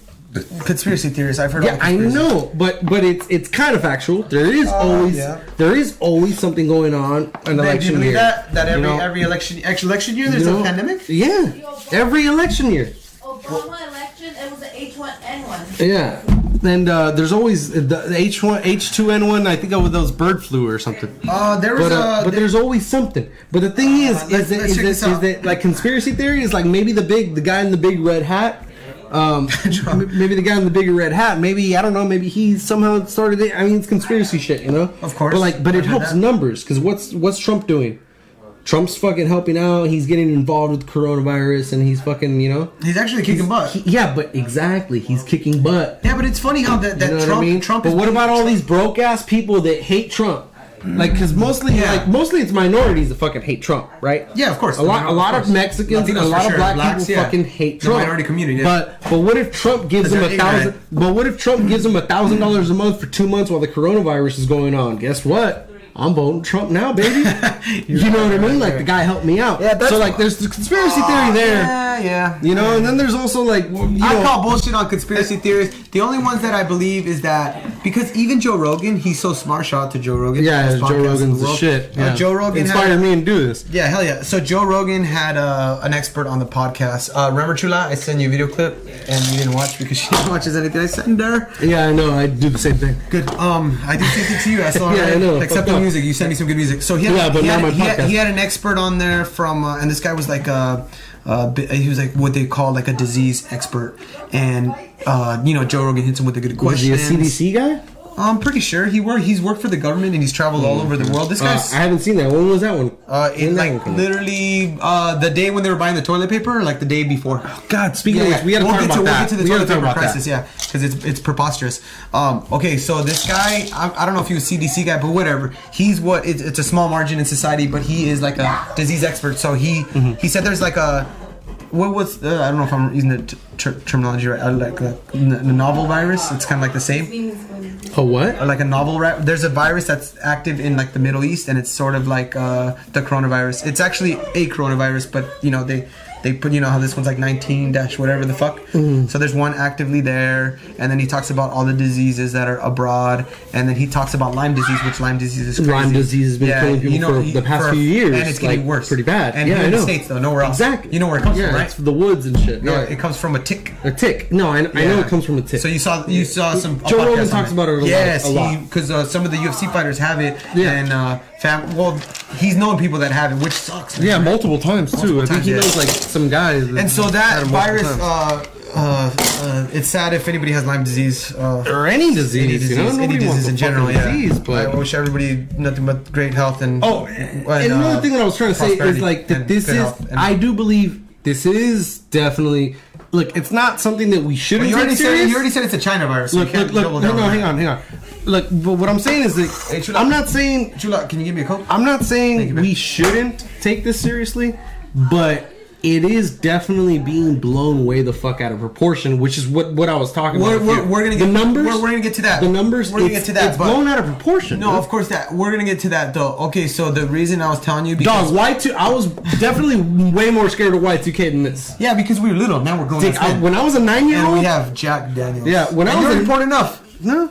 Conspiracy theorists. I've heard. Yeah, all the I conspiracy- know, but but it's it's kind of factual. There is always Uh, yeah. there is always something going on an Babe, do you election believe year. that? That every know? every election actually election year there's You know? a pandemic. Yeah, every election year. Obama election, it was an H1N1. Yeah. And uh, there's always the the H1, H2N1. I think of those bird flu or something. Uh, there was But, uh, a. Uh, but there's always something. But the thing is, let's- is, that, let's is, check that, this is out. that like conspiracy theory is like maybe the big the guy in the big red hat. <laughs> Um, m- maybe the guy in the bigger red hat. Maybe I don't know. Maybe he somehow started it. I mean, it's conspiracy shit, you know. Of course. but like, but I it know helps that. numbers because what's what's Trump doing? Trump's fucking helping out. He's getting involved with coronavirus, and he's fucking, you know. he's actually kicking butt. He- yeah, but exactly, he's kicking butt. yeah, but it's funny how that, that You know Trump. what I mean? Trump but is what being- about all these broke ass people that hate Trump? Mm. Like, because mostly, Yeah. like, mostly it's minorities that fucking hate Trump, right? Yeah, of course. A lot, a lot Of of, course. Mexicans, Latinos a for lot of sure. black Blacks, people yeah. fucking hate The Trump. minority community, yeah. But but what if Trump gives 'Cause them a they're thousand? ignorant. But what if Trump gives them a thousand dollars a month for two months while the coronavirus is going on? Guess what? I'm voting Trump now, <laughs> baby. you know what I mean? Like the guy helped me out. Yeah, that's- so like, there's the conspiracy theory there. Yeah, yeah. You know, and then there's also like you I know- call bullshit on conspiracy theories. The only ones that I believe is that because even Joe Rogan, he's so smart. Shout out to Joe Rogan. Yeah, Best podcast Joe in the Rogan's the world. shit. Uh, Yeah. Joe Rogan inspired had- me and do this. Yeah, hell yeah. So Joe Rogan had uh, an expert on the podcast. Uh, remember Chula? I sent you a video clip and you didn't watch because she <laughs> watches anything I send her. Yeah, I know. I do the same thing. Good. Um, I did send it to you. I <laughs> saw. Yeah, it. I know. Except Fucked the up. music. You sent me some good music. So he had, Yeah, but he, not had, my he, had, podcast. he had an expert on there from, uh, and this guy was like a, uh, bi- he was like what they call like a disease expert, and uh, you know Joe Rogan hits him with the good Was he questions. a CDC guy? I'm pretty sure he wor He's worked for the government and he's traveled all over the world. This Uh, guy's. I haven't seen that. When was that one? Uh, in When that like one came out? literally uh, the day when they were buying the toilet paper, or like the day before. Oh, God, speaking of which, we gotta We'll talk get about to, that. We'll get to the We gotta toilet talk paper about that. crisis, yeah, because it's it's preposterous. Um, okay, so this guy, I, I don't know if he was CDC guy, but whatever. He's what it's, it's a small margin in society, but he is like a disease expert. So he Mm-hmm. he said there's like a what was uh, I don't know if I'm using the t- ter- terminology right. Uh, like the n- novel virus, it's kind of like the same A what? or like a novel ra- there's a virus that's active in like the middle east and it's sort of like uh, the coronavirus it's actually a coronavirus but you know they they put you know how this one's like 19 dash whatever the fuck Mm-hmm. so there's one actively there and then he talks about all the diseases that are abroad and then he talks about lyme disease which lyme disease is crazy. Lyme disease has been killing people for he- the past few years, and it's getting like, worse pretty bad. and Yeah, here I in the know. states though nowhere else Exactly. you know where it comes yeah, from right it's the woods and shit. no, Yeah, it comes from a tick a tick. No, I, I know it comes from a tick. so you saw you saw some. Joe a podcast Rogan on talks about it a lot- Yes, a lot. because uh, some of the UFC fighters have it, Yeah. and uh, fam- well, he's known people that have it, which sucks. yeah, multiple times too. I think times, he yeah. knows like some guys. And so that had him multiple virus, times. uh, uh, uh, it's sad if anybody has Lyme disease. Uh, or any disease, any disease, you know, any Nobody wants disease a in general. fucking Yeah. disease, but I wish everybody nothing but great health and Oh, and, another uh, thing that I was trying to say is prosperity like that. and This good is, health and- I do believe this is definitely. Look, it's not something that we shouldn't. you already take said serious. you already said it's a China virus. Look, look, look, no, no, hang on, hang on. Look, but what I'm saying is Hey, that Chula. I'm not saying Chula, can you give me a coke? I'm not saying you, man. we shouldn't take this seriously, but it is definitely being blown way the fuck out of proportion, which is what what I was talking We're, about. we're, we're gonna get the numbers. We're, we're gonna get to that. the numbers. We're gonna it's- get to that. It's but blown out of proportion. no, dude. of course that. We're gonna get to that though. Okay, so the reason I was telling you because Dog, Y two. I was definitely way more scared of Y two K than this. yeah, because we were little. Now we're going. Dick, to I, when I was a nine year and old, we have Jack Daniels. Yeah, when I And was you in- already poured enough. no,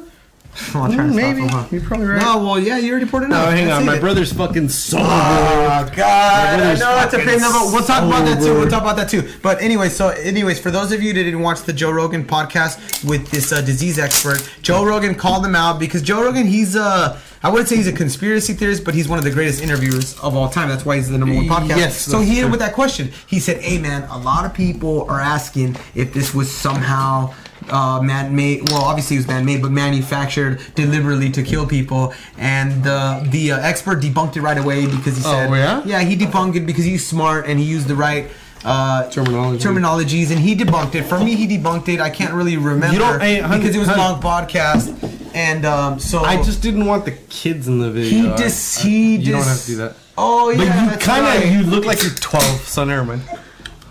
Come on, try to stop maybe. him, huh? You're probably right. No, well, yeah, you already poured No, enough. hang That's on. it. My brother's fucking sober. Oh God! I know that's a pain in the butt. We'll talk about that too. We'll talk about that too. But anyway, so anyways, for those of you that didn't watch the Joe Rogan podcast with this uh, disease expert, Joe Rogan called him out because Joe Rogan, he's uh, I wouldn't say he's a conspiracy theorist, but he's one of the greatest interviewers of all time. That's why he's the number one podcast. Yes, So that's he ended true. with that question. He said, "Hey man, a lot of people are asking if this was somehow." Uh, man-made. Well, obviously it was man-made, but manufactured deliberately to kill people. And the the uh, expert debunked it right away because he said, Oh, yeah? he debunked it because he's smart and he used the right uh, Terminology. terminologies, and he debunked it. For me, he debunked it. I can't really remember hey, hun- because it was a hun- long podcast, and um, so I just didn't want the kids in the he video. I- dis he You dis- don't have to do that. Oh yeah, But you that's kind of right. you look like you're 12, so never mind.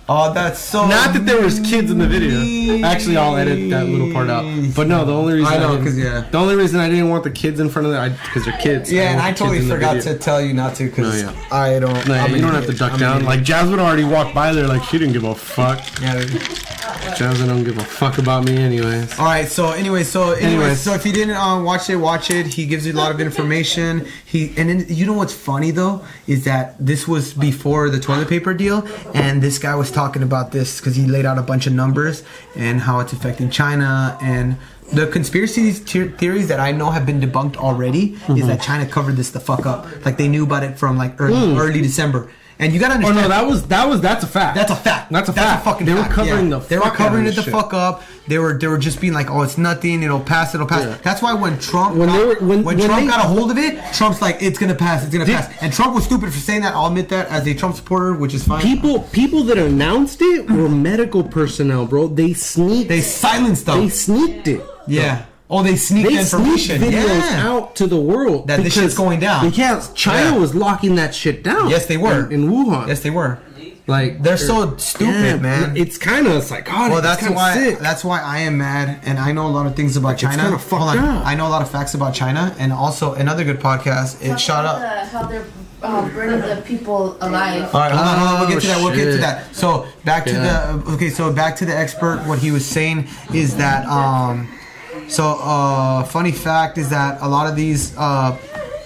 Oh, that's so. Not that there was kids in the video. Actually, I'll edit that little part out. But no, the only reason I know, didn't- 'cause, yeah. the only reason I didn't want the kids in front of that because they're kids. Yeah, and want the I kids totally in the forgot video. to tell you not to because No, yeah. I don't. No, yeah, I'm you an don't have to idiot. duck I'm an down. idiot. Like Jasmine already walked by there, like she didn't give a fuck. Yeah. Jasmine don't give a fuck about me, anyways. All right. So anyway, so anyway, Anyways. so if you didn't um, watch it, watch it. He gives you a lot of information. He and then you know what's funny though is that this was before the toilet paper deal, and this guy was talking about this because he laid out a bunch of numbers and how it's affecting China and. The conspiracy te- theories that I know have been debunked already Mm-hmm. is that China covered this the fuck up. Like they knew about it from like early, early December, and you gotta Mm. Oh understand. no, that was that was that's a fact. That's a fact. That's a fact. A fucking they were fact, covering yeah. the. They were fuck out of covering it this the shit. fuck up. They were they were just being like, oh, it's nothing. It'll pass. It'll pass. Yeah. That's why when Trump When got, they were- when- when Trump they- got a hold of it, Trump's like, it's gonna pass. It's gonna Did- pass. And Trump was stupid for saying that. I'll admit that as a Trump supporter, which is fine. People, people that announced it were medical personnel, bro. They sneaked. they silenced them. they sneaked it. yeah. Oh, they sneaked They sneaked information. videos yeah. out to the world That this because- shit's going down. Because China Yeah. was locking that shit down. Yes, they were. in, in Wuhan. Yes, they were. like They're so stupid, Yeah, man. It's kind of psychotic. Well, that's why Sick. that's why I am mad, and I know a lot of things about China. kinda fucked up. I know a lot of facts about China, and also another good podcast. It shot up. How they're uh, burning the people alive. All right, hold on, hold on. We'll get to that. We'll get to shit. that. So back to the okay. So back to the expert. What he was saying is that um, so uh, funny fact is that a lot of these uh,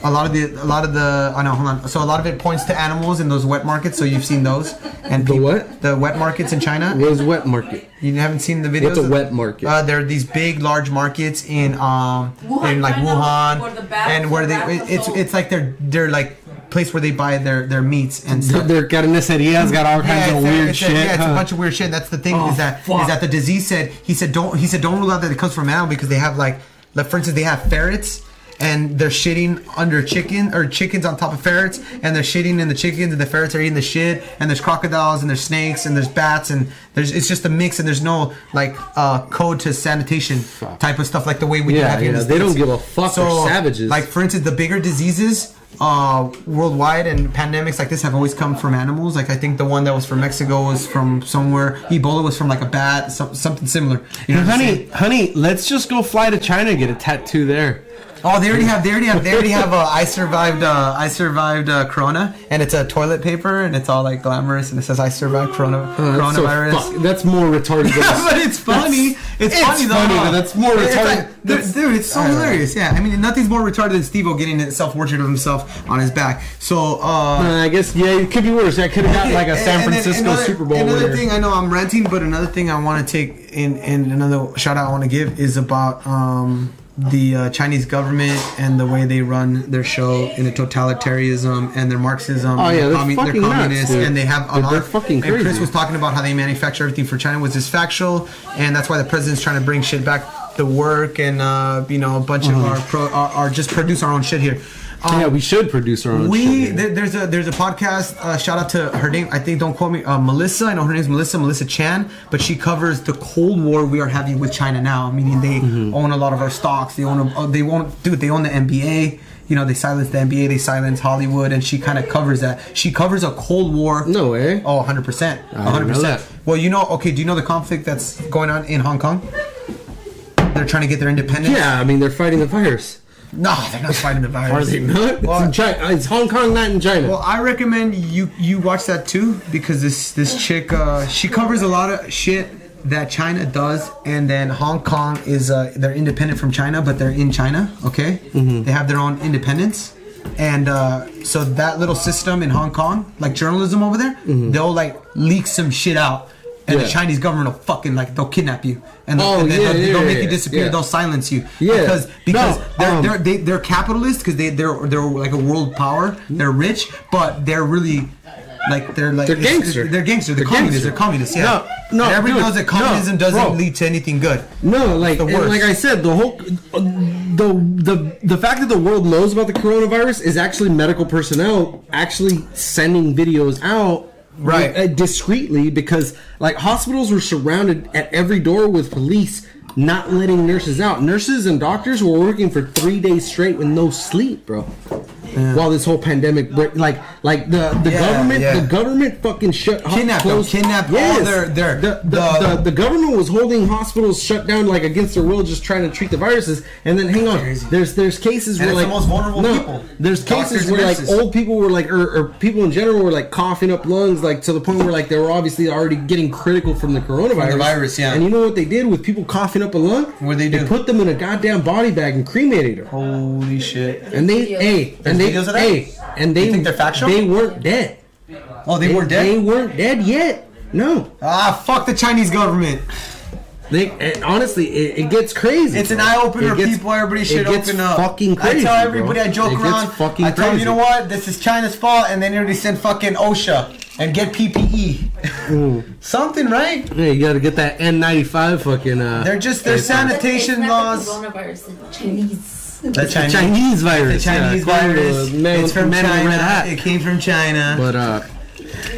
a lot of the a lot of the I know. Hold on. So a lot of it points to animals in those wet markets. So you've seen those and The peop- what? The wet markets in China. What is wet market? You haven't seen the videos. What's a of- wet market? Uh, there are these big, large markets in um Wuhan, in like China, Wuhan where the bats- and where they the bats are it's sold. it's like their their like place where they buy their their meats and They're, stuff. they're carnicerias, got all kinds Yeah, of it's a- weird it's a- shit. yeah, it's huh? a bunch of weird shit. That's the thing Oh, is that is fuck. that the disease said he said don't he said don't rule out that it comes from animal because they have like like for instance they have ferrets and they're shitting under chicken or chickens on top of ferrets and they're shitting in the chickens and the ferrets are eating the shit and there's crocodiles and there's snakes and there's bats and there's it's just a mix and there's no like uh, code to sanitation type of stuff like the way we Yeah, have here in yeah, the they don't States. give a fuck. They're savages. Like for instance, the bigger diseases uh, worldwide and pandemics like this have always come from animals. Like I think the one that was from Mexico was from somewhere. Ebola was from like a bat, so, something similar. You know Hey, what I'm honey, saying? honey, let's just go fly to China and get a tattoo there. Oh, they already have. They already have. They already have. Uh, I survived. Uh, I survived uh, Corona, and it's a toilet paper, and it's all like glamorous, and it says I survived Corona Oh, That's so coronavirus. fuck- that's more retarded. Than us. <laughs> but it's funny. It's, it's funny though. funny, huh? but that's more It's retarded- like- that's- dude, it's so I don't know. hilarious. Yeah, I mean, nothing's more retarded than Steve-O getting a self-portrait of himself on his back. So, uh... Uh, I guess yeah, it could be worse. I could have <laughs> got like a San and- and then Francisco another- Super Bowl Another winner. thing I know I'm ranting, but another thing I want to take in and another shout out I want to give is about um the uh, Chinese government and the way they run their show in a totalitarianism and their Marxism. Oh, yeah, their they're fucking nuts, dude. and they have a They're- lot. they're fucking and Chris crazy. was talking about how they manufacture everything for China, which is factual, and that's why the president's trying to bring shit back to work and uh, you know a bunch of our, pro, our, our just produce our own shit here. Um, Uh-huh. yeah, we should produce our own. we shit. there, there's a there's a podcast. Uh, shout out to her name. I think don't quote me. Uh, Melissa. I know her name's Melissa. Melissa Chan. But she covers the Cold War we are having with China now. Meaning they Mm-hmm. own a lot of our stocks. They own. A, uh, they won't. Dude, they own the NBA. You know they silence the NBA. They silence Hollywood. And she kind of covers that. She covers a Cold War. no way. Oh, 100 percent. know 100 percent. that. Well, you know. Okay. Do you know the conflict that's going on in Hong Kong? They're trying to get their independence. Yeah, I mean they're fighting the virus. No, they're not fighting the virus. Are they not? It's, in China. it's Hong Kong, not in China. Well, I recommend you you watch that too because this this chick uh, she covers a lot of shit that China does, and then Hong Kong is uh, they're independent from China, but they're in China. Okay, Mm-hmm. they have their own independence, and uh, so that little system in Hong Kong, like journalism over there, they'll like leak some shit out. And the Mm-hmm. Yeah. Chinese government will fucking like they'll kidnap you and, they'll- Oh, and then yeah, they'll, yeah, they'll make yeah, you disappear. yeah. They'll silence you Yeah. because because No, they're, um, they're they they're capitalist because they they're they're like a world power. They're rich, but they're really like they're like They're it's- gangster. They're gangster. They're, They're communists. gangster. They're communists. Yeah. No, no, And everybody dude, knows that communism no, doesn't bro. lead to anything good. No, like the and worst. like I said, the whole uh, the the the fact that the world knows about the coronavirus is actually medical personnel actually sending videos out Right. uh, discreetly because like hospitals were surrounded at every door with police not letting nurses out. Nurses and doctors were working for 3 days straight with no sleep, bro. While this whole pandemic break- like like the the Yeah, government yeah. the government fucking shut Kidnapped them, closed- kidnapped all their- their- the, the, the- the- the government was holding hospitals shut down like against their will, just trying to treat the viruses. And then hang on, there's there's cases And where it's like the most vulnerable people. There's Doctors cases and where like nurses. old people were like, or, or people in general were like coughing up lungs, like to the point where like they were obviously already getting critical from the coronavirus. virus, yeah. And you know what they did with people coughing up a lung? What'd they do? They put them in a goddamn body bag and cremated her. Holy shit! And they, hey, and they, videos of that? hey, and they, You think they're factual? They weren't dead. Oh, they, were They dead. weren't dead yet. No. ah, fuck the Chinese government. They it, honestly, it, it gets crazy. It's an bro. eye opener, It gets- people. Everybody it should gets open up. Fucking I crazy. tell everybody bro. I joke It gets around. Fucking I tell crazy. them, you know what? This is China's fault, and then everybody send fucking OSHA and get Mm. PPE. <laughs> Something, right? Yeah, you gotta get that N95 fucking. Uh, They're just they're sanitation laws. Coronavirus, Chinese. The the Chinese virus. The Chinese yeah, according to virus. Man, it's from man in China. the red It hat. came from China. But uh,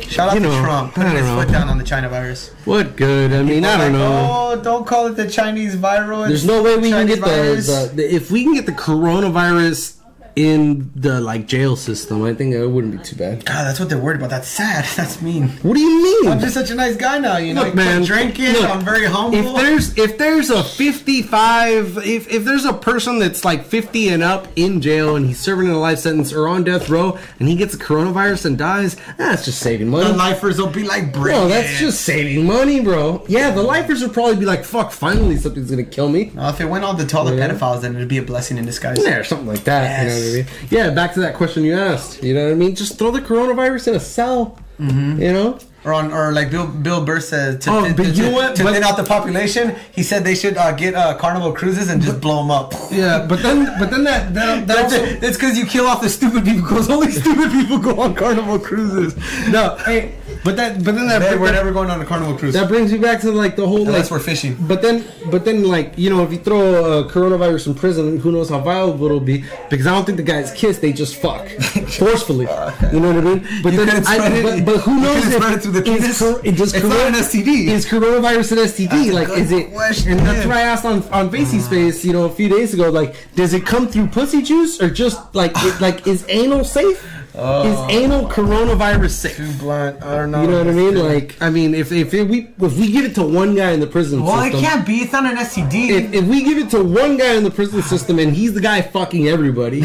Shout out you to know, Trump I putting don't his foot know. down on the China virus. what good? I mean, I Like, don't know. Oh, don't call it the Chinese viral. There's no way we Chinese can get the, the, the if we can get the coronavirus in the like jail system. I think it wouldn't be too bad. God, that's what they're worried about. That's sad. <laughs> That's mean. What do you mean? I'm just such a nice guy now, you know. I Hmm. Look, quit man. drinking. look, I'm very humble. If there's if there's a 55, if if there's a person that's like 50 and up in jail and he's serving a life sentence or on death row and he gets a coronavirus and dies, that's just saving money. the lifers will be like, bro, Bro, that's just saving money, bro. Yeah, the lifers would probably be like, "Fuck, finally something's gonna kill me." Uh, if it went all the taller Yeah. pedophiles, then it'd be a blessing in disguise. Yeah, or something like that. You know what I mean? Yeah, back to that question you asked. You know what I mean? Just throw the coronavirus in a cell. You know? Or on, or like Bill Bill Burr said to, Oh, thin, but to, you know what? to But- thin out the population. He said they should uh, get uh, Carnival cruises and just blow them up. <laughs> Yeah, but then, but then that that, That's it. It's because you kill off the stupid people. Because only stupid people go on Carnival cruises. No, hey, but that, but then that, Man, we're that, never going on a Carnival cruise. brings me back to like the whole like. Unless we're fishing. But then, but then, like you know, if you throw a coronavirus in prison, who knows how viable it'll be? Because I don't think the guys kiss; they just <laughs> fuck forcefully. You know what I mean? But You then, couldn't spread I, it- but, but who you knows couldn't if spread it through the is penis? cor- it just It's not an STD. Is coronavirus an STD? a like, good is it? question. Mm. And that's what I asked on on Facey's face, you know, a few days ago. Like, does it come through pussy juice or just like it, like is anal safe? Oh. is anal coronavirus safe? Too blunt. I don't know. You know what I mean? Like, I mean, if if it, we if we give it to one guy in the prison Well, it system, can't be. It's not an STD. if, if we give it to one guy in the prison system and he's the guy fucking <laughs> everybody,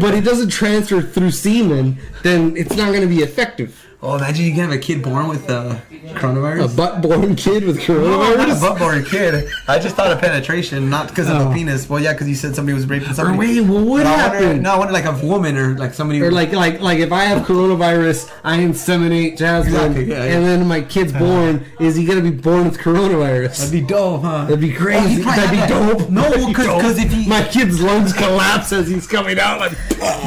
but it doesn't transfer through semen, then it's not going to be effective. Oh, imagine you can have a kid born with uh, coronavirus. A butt-born kid with No, not a coronavirus. butt-born kid. I just thought of penetration, not because of Oh. the penis. Well, yeah, because you said somebody was raping somebody. wait, well, what But I wonder- happened? no, I wanted like a woman or like somebody. or like, like, like if I have coronavirus, I inseminate Jasmine, Exactly, yeah, Uh-huh. yeah. and then my kid's born. Is he gonna be born with coronavirus? that'd be dope, <laughs> huh? That'd be Oh, crazy. he probably That'd be had that. dope. No, That'd be 'cause- dope. 'cause if he- my kid's lungs collapse as he's coming out, <laughs> like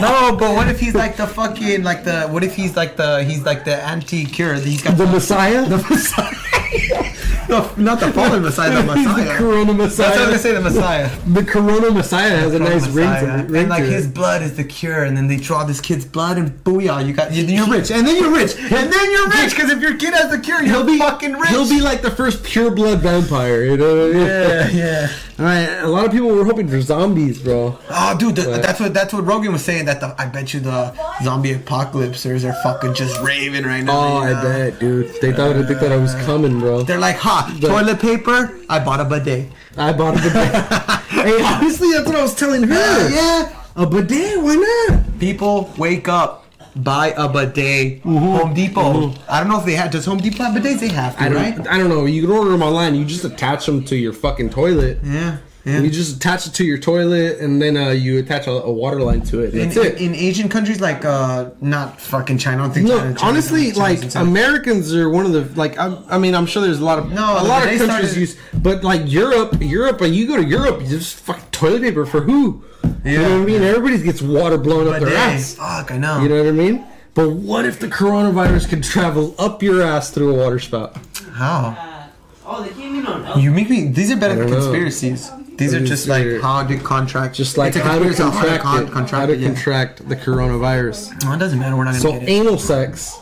No, Oh, but what if he's like the fucking like the? What if he's like the? He's like the anti-cure. He's got the Messiah. The <laughs> the, not the fallen <laughs> Messiah, the the Messiah. Corona That's what I'm Messiah. gonna say, the Messiah. the Corona Messiah has a nice ring to, Messiah. it- ring and like to his it. blood is the cure, and then they draw this kid's blood, and booyah, you got you're rich, and then you're rich, and then you're rich, because if your kid has the <laughs> cure, he'll be fucking rich. He'll be like the first pure blood vampire, you know what I mean? yeah, yeah. <laughs> All right, a lot of people were hoping for zombies, bro. Oh, dude, the, that's what that's what Rogan was saying. That the, I bet you the zombie apocalypsers are fucking just raving right now. Oh, you I know? bet, dude. They thought they thought I was coming, bro. They're like, ha, toilet paper. I bought a bidet. I bought a <laughs> bidet. hey, obviously that's what I was telling her. yeah, a bidet? Why not? Mm-hmm. people wake up. Buy a bidet. Home Depot. I don't know if they have. Does Home Depot have bidets? They have to, I don't. right? I don't know. You can order them online. You just attach them to your fucking toilet. Yeah. And You just attach it to your toilet, and then uh, you attach a, a water line to it. in, That's it. in Asian countries, like uh, not fucking China. I don't think. Look, China, China, honestly, China, like China, China. Americans are one of the like. I, I mean, I'm sure there's a lot of a No, lot of they countries started- use, but like Europe, Europe, and you go to Europe, you just fuck toilet paper for who? You know what I mean? Everybody gets water blown up Bidet. their ass. Fuck, I know. You know what I mean? But what if the coronavirus could travel up your ass through a water spout? How? You make me. These are better don't know. conspiracies. These are These just like are- how to contract. Just like It's a how to conspiracy on how to contract, con- it, contract how to it, yeah. contract the coronavirus. Well, it doesn't matter. We're not gonna So get it. anal sex,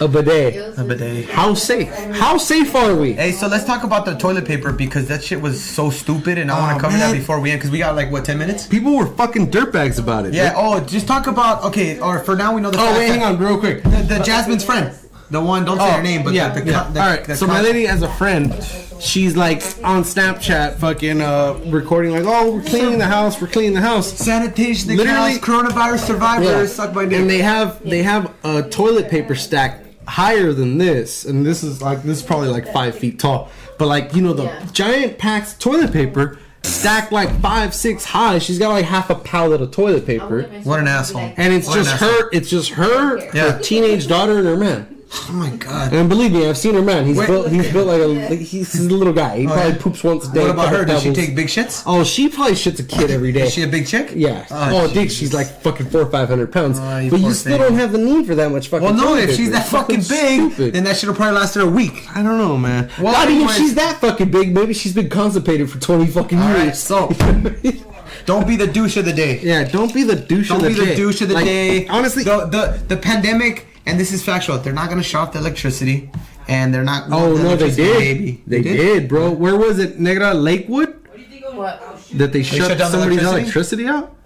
a bidet. A bidet. How safe? How safe are we? Hey, so let's talk about the toilet paper because that shit was so stupid, and I want Oh, to cover that man. before we end because we got like what ten minutes. People were fucking dirtbags about it. Yeah. Oh, just talk about okay. Or for now, we know the. Oh fact wait, that- hang on, real quick. Oh, The, the Jasmine's friend, the one. Don't say her name, but yeah, the, the, yeah. con- the all right. the so my con- lady has a friend. She's like on Snapchat, fucking uh, recording, like, oh, we're cleaning the house, we're cleaning the house. sanitation the Literally- cows, coronavirus survivors suck my dick. And they have they have a toilet paper stack higher than this, and this is like this is probably like five feet tall. But like you know the giant packs of toilet paper stacked like five six high. She's got like half a pallet of toilet paper, what an asshole. and it's What an just asshole. her. It's just her, Yeah. her teenage daughter, and her man. Oh my god. And believe me, I've seen her man. He's Wait. built. He's built <laughs> like a. like, he's, he's a little guy. He probably yeah. poops once a day. What about her? Does she doubles. take big shits? Oh, she probably shits a kid every day. Is she a big chick? yeah. Oh, Oh, dick. She's like fucking four or five hundred pounds. Oh, you but poor you still thing. don't have the need for that much fucking. well, no. toilet If paper. she's that It's fucking big, stupid. then that shit will probably last her a <laughs> week. I don't know, man. Well, Well, I mean, anyways- if she's that fucking big, maybe she's been constipated for twenty fucking All right. years. <laughs> So, don't be the douche of the day. yeah, don't be the douche. Don't of the be the day. douche of the Like, day. Honestly, the, the the pandemic, and this is factual. They're not gonna shut off the electricity, and they're not. Oh the no, they electricity, did. Maybe They, did? bro. Where was it, Negra Lakewood? That they, shut, shut down the somebody's electricity? electricity out?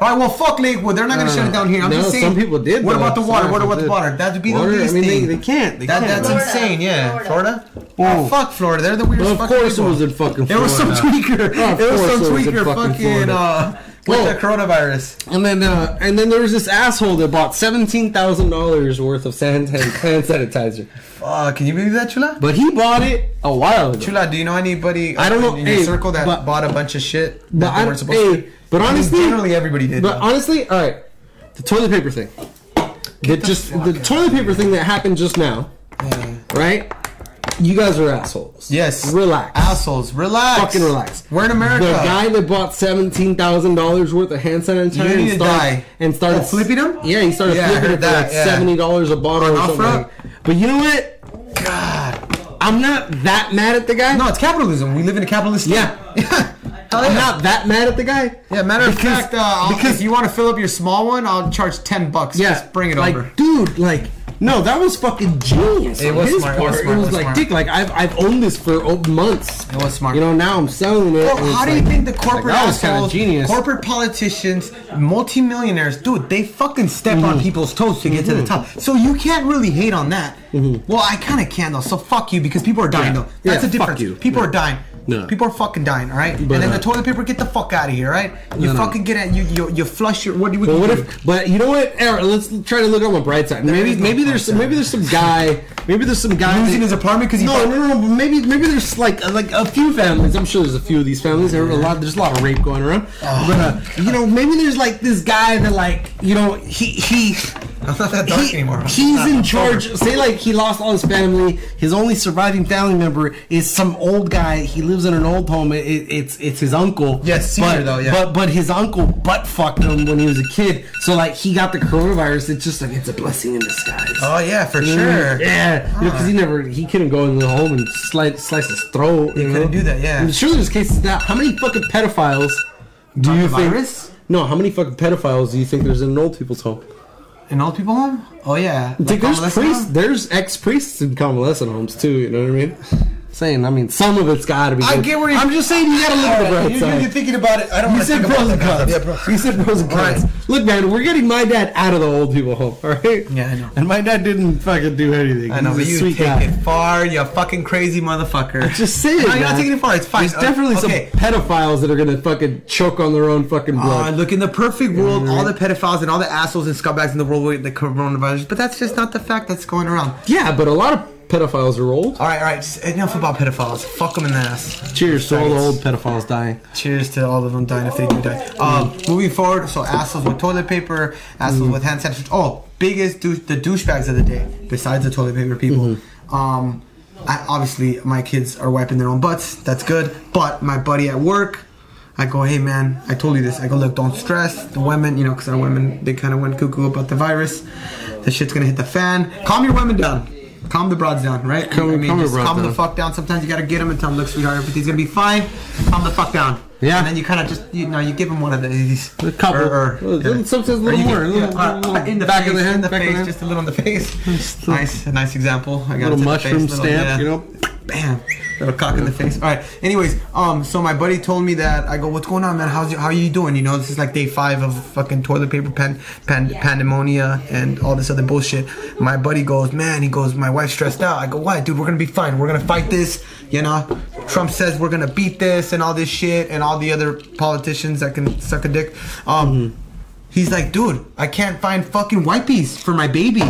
All right, well, fuck Lakewood. They're not going to Uh, shut it down here. I'm no, just saying. some people did, What though. about the Some water? What people about the did. water? That'd be Water? the least I mean, thing. They, they can't. They That, can't. that's Florida. insane, yeah. Florida? Florida. Oh, Oh. fuck Florida. They're the weirdest Well, of fucking course it people. was in fucking There was some Florida. tweaker. Of There course was some it was in tweaker fucking fucking, Florida. Oh. uh, with Well- the coronavirus. And then, uh, and then there was this asshole that bought seventeen thousand dollars worth of hand, hand, hand sanitizer, Fuck, Uh, can you believe that, Chula? but he bought it a while ago. Chula, do you know anybody I don't know- in your hey, circle that but- bought a bunch of shit that But they I- weren't supposed hey, to? but I mean, honestly- generally everybody did. But though. honestly, all right, the toilet paper thing. That just the toilet paper thing that happened just now, right? You guys are assholes. yes. relax. Assholes, relax. Fucking relax. We're in America. The guy that bought seventeen thousand dollars worth of hand sanitizer You need and to started, die. and started Oh, flipping 'em? Yeah, he started Yeah, I flipping heard it for that, like yeah. seventy dollars a bottle or something. Ofra? like that. But you know what? God, I'm not that mad at the guy. No, it's capitalism. We live in a capitalist. state. Yeah. <laughs> yeah. Hell I'm yeah. not that mad at the guy. Yeah, matter of Because- fact, uh, I'll- because- if you want to fill up your small one, I'll charge ten bucks. Yeah, just bring it like, over. dude. Like, no, that was fucking genius. It on was his smart, it part. was smart, It it was was like, smart. dick. Like, I've I've owned this for oh, months. It was smart. You know, now I'm selling it. Well, and it's how do you like- think the corporate that was kinda assholes, genius. corporate politicians, multimillionaires, dude, they fucking step Mm-hmm. on people's toes to get to the top. So you can't really hate on that. Well, I kind of can though. So fuck you because people are dying Yeah. though. That's Mm-hmm. Yeah, a fuck difference. you. People are dying. No. People are fucking dying, all right? But, and then uh, the toilet paper, get the fuck out of here, all right? You No, no. fucking get it. You, you you flush your. What do we? But can what do? <laughs> if? But you know what? Aaron, let's try to look on the bright side. Maybe is no maybe bright there's some, side. maybe there's some guy. Maybe there's some guy Losing that- his apartment 'cause he no, bought- no no no. Maybe maybe there's like like a few families. I'm sure there's a few of these families. There are a lot. There's a lot of rape going around. but uh, you know maybe there's like this guy that like you know he he. I'm not that dark He, anymore. he's Nah, in I'm charge. Say like he lost all his family. His only surviving family member is some old guy. He lives in an old home. It, it- it's it's his uncle. Yes, senior but, though, yeah. But but his uncle butt fucked him when he was a kid. So like he got the coronavirus. It's just like it's a blessing in disguise. Oh yeah, for You know what I mean? sure. Yeah, because he never he couldn't go in the home and slice slice his throat. You know? couldn't do that, yeah. I'm sure there's cases now. How many fucking pedophiles do you think? Virus? No, how many fucking pedophiles do you think there's in an old people's home? In old people home? Oh yeah. Dude, Like there's priests, there's ex priests in convalescent homes too. You know what I mean? Saying, I mean, some of it's got to be. I good. get where you- I'm just saying you got to look at the Alright, bright you- side. you- You're thinking about it. I don't You want to said think about pros and that. cons. Yeah, bro. You said pros and cons. Look, man, we're getting my dad out of the old people home. All right. Yeah, I know. And my dad didn't fucking do anything. I know, He's but a you sweet take guy. it far. You fucking crazy motherfucker. <laughs> Just say it. No, you're man. not taking it far. It's fine. Uh, There's definitely okay. some pedophiles that are gonna fucking choke on their own fucking Uh, blood. look, in the perfect world, all the pedophiles and all the assholes and scumbags in the world with the coronavirus, but that's just not the fact that's going around. yeah, but a lot of pedophiles are old. All right, all right, just enough about pedophiles. Fuck them in the ass. Cheers to all the old pedophiles dying. Cheers to all of them dying if they do die. Um, moving forward, so assholes with toilet paper, assholes Mm-hmm. with hand sanitizer. Oh, biggest douche, the douchebags of the day, besides the toilet paper people. Mm-hmm. Um, I, obviously, my kids are wiping their own butts. That's good. But my buddy at work, I go, hey man, I told you this. I go, look, don't stress. The women, you know, because our women, they kind of went cuckoo about the virus. The shit's gonna hit the fan. Calm your women down. Calm the broads down, right? Calm, I mean, calm your just broads calm the down. fuck down. Sometimes you gotta get them and tell them, look, sweetheart, everything's gonna be fine. Calm the fuck down. Yeah. And then you kind of just, you know, you give them one of these. A couple. Or, or, yeah. Sometimes a Or little you more. can- a little- yeah, little- uh, in the back face, of the in hand, the back of the face, hand. just a little in <laughs> the face. nice, a nice example. I little got it to the mushroom face, stamp, yeah. you know? Bam, little cock in the face. All right. Anyways, um, so my buddy told me that I go, "What's going on, man? How's you, how are you doing? You know, this is like day five of fucking toilet paper pan, pan, pandemonia and all this other bullshit." My buddy goes, "Man," he goes, "My wife's stressed out." I go, "Why, dude? We're gonna be fine. We're gonna fight this. You know, Trump says we're gonna beat this and all this shit and all the other politicians that can suck a dick." Um. Mm-hmm. He's like, dude, I can't find fucking wipes for my baby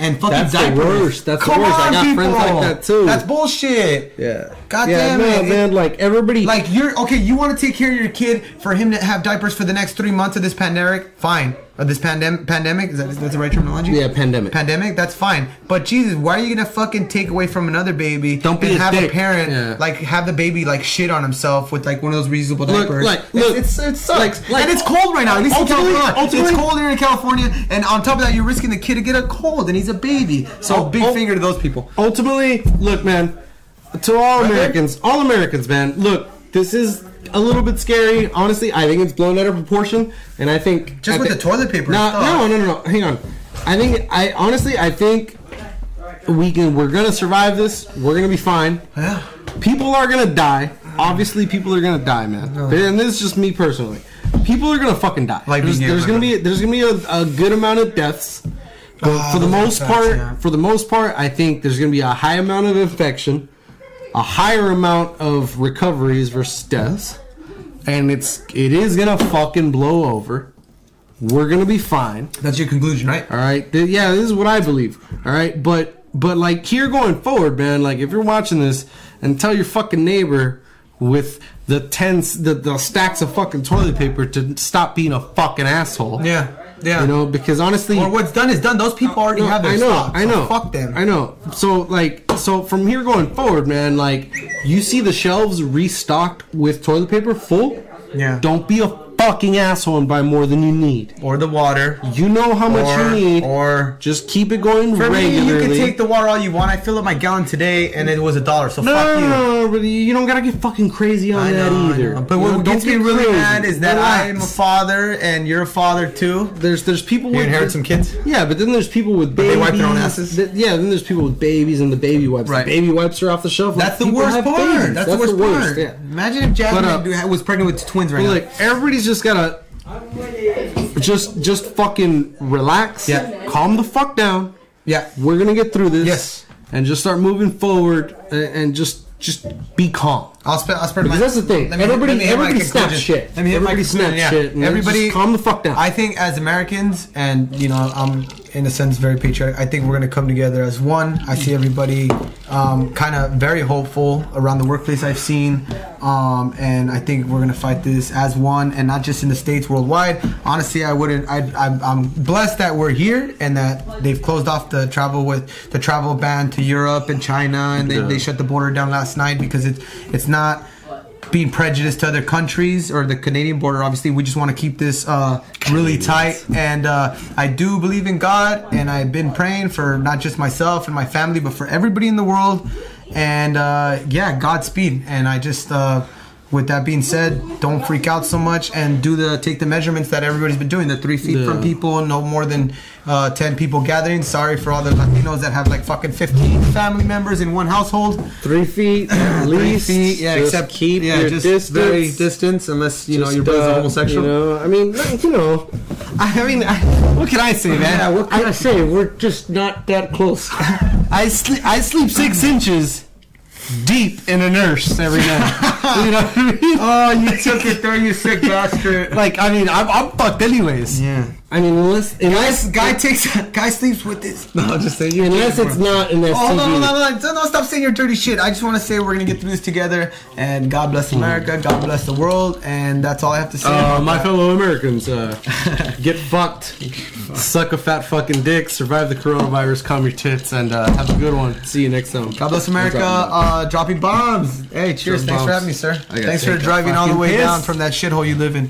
and fucking That's the diapers. worst. That's the Come worst. I on, got people. friends like that, too. That's bullshit. Yeah. God yeah, damn no, it. man. Like everybody. Like you're okay. You want to take care of your kid for him to have diapers for the next three months of this pandemic? Fine. Of this pandemic? Pandemic? Is that that's the right terminology? Yeah, pandemic. Pandemic. That's fine. But Jesus, why are you gonna fucking take away from another baby? Don't be and a have dick. a parent Yeah. like have the baby like shit on himself with like one of those reusable diapers. like, It's- look, it's, it sucks. like- and it's cold right now. At least in Ultimately- California. ultimately- it's cold here in California, and on top of that, you're risking the kid to get a cold, and he's a baby. So Oh, big oh. finger to those people. ultimately, look, man, to all Americans, all Americans, man, look, this is a little bit scary. Honestly, I think it's blown out of proportion, and I think Just I with thi- the toilet paper and No, stuff. no, no, no, no. Hang on. I think I honestly, I think we can. We're gonna survive this. We're gonna be fine. Yeah. People are gonna die. Obviously, people are gonna die, man. And this is just me personally. People are gonna fucking die. Like there's, me, yeah, there's like gonna me. be there's gonna be a, a good amount of deaths. But Ah, for the those are most facts, part, yeah. for the most part, I think there's gonna be a high amount of infection, a higher amount of recoveries versus deaths, and it's it is gonna fucking blow over. We're gonna be fine. That's your conclusion, right? All right. Th- yeah, this is what I believe. All right. But but like here going forward, man. Like if you're watching this and tell your fucking neighbor with the tens the, the stacks of fucking toilet paper to stop being a fucking asshole. Yeah, yeah. You know because honestly, Or what's done is done. Those people already no, have their I know. stock. I so know. Fuck them. I know. So like so from here going forward, man. Like you see the shelves restocked with toilet paper full. Yeah. Don't be a fucking asshole and buy more than you need. Or the water. You know how much or, you need. Or Just keep it going for me, you regularly. can take the water all you want. I filled up my gallon today, and it was a dollar. So no, fuck no, you. no, no, but you you don't gotta get fucking crazy on I that know, I either. know. But You what know, gets me get really crazy. mad is that I am a Relax. father, and you're a father too. There's there's people with kids. Yeah, but then there's people with babies. they wipe their own asses? that- yeah, then there's people with babies and the baby wipes. Right. The baby wipes are off the shelf. Like, That's the people worst have part. babies. That's, the worst, part. Yeah. Imagine if But, uh, Jasmine do- was pregnant with twins right But now. like everybody's just gotta just just fucking relax. Yeah. Calm the fuck down. yeah. We're gonna get through this. Yes. And just start moving forward a- and just just be calm. I'll spread. I'll spread Because my. that's the thing. Let me- everybody, let me hit my everybody snaps conclusion. shit. Let me hit my everybody snaps conclusion, yeah. shit. and Everybody- just calm the fuck down. I think as Americans, and you know, I'm in a sense very patriotic. I think we're gonna come together as one. I see everybody um, kind of very hopeful around the workplace. I've seen, um, and I think we're gonna fight this as one, and not just in the states, worldwide. Honestly, I wouldn't. I, I'm, I'm blessed that we're here and that they've closed off the travel with the travel ban to Europe and China, and they, they shut the border down last night because it's it's not being prejudiced to other countries or the Canadian border. Obviously, we just want to keep this uh, really tight. And uh, I do believe in God, and I've been praying for not just myself and my family, but for everybody in the world. And uh, yeah, Godspeed. And I just, uh, with that being said, don't freak out so much and do the take the measurements that everybody's been doing. The three feet from people, no more than uh, ten people gathering. Sorry for all the Latinos that have like fucking fifteen family members in one household. three <clears throat> feet at least. Three feet, yeah. Just except keep yeah, your just distance. very distance, unless you know Just, your brother's uh, homosexual. You know, I mean, you know, <laughs> I mean, I, what can I say, man? yeah, what can I say? We're just not that <laughs> close. <laughs> I sleep. I sleep six inches. Deep in a nurse every night. you know what I mean? <laughs> Oh, you took it there, you <laughs> sick bastard. Like, I mean, I'm, I'm fucked anyways. Yeah. I mean, unless This unless guy takes. Guy sleeps with this. No, I'm just saying. You unless it's not an STD. Oh, hold on, hold on, hold on. Don't- don't stop saying your dirty shit. I just want to say we're gonna get through this together, and God bless America, God bless the world, and that's all I have to say. Uh, about my that. fellow Americans, <laughs> uh, get fucked, suck a fat fucking dick, survive the coronavirus, calm your tits, and uh, have a good one. See you next time. God bless America. Uh, dropping bombs. Hey, Dropping cheers. Thanks for bombs. having me, sir. I gotta Thanks for take a driving all the fucking way piss. down from that shithole you live in.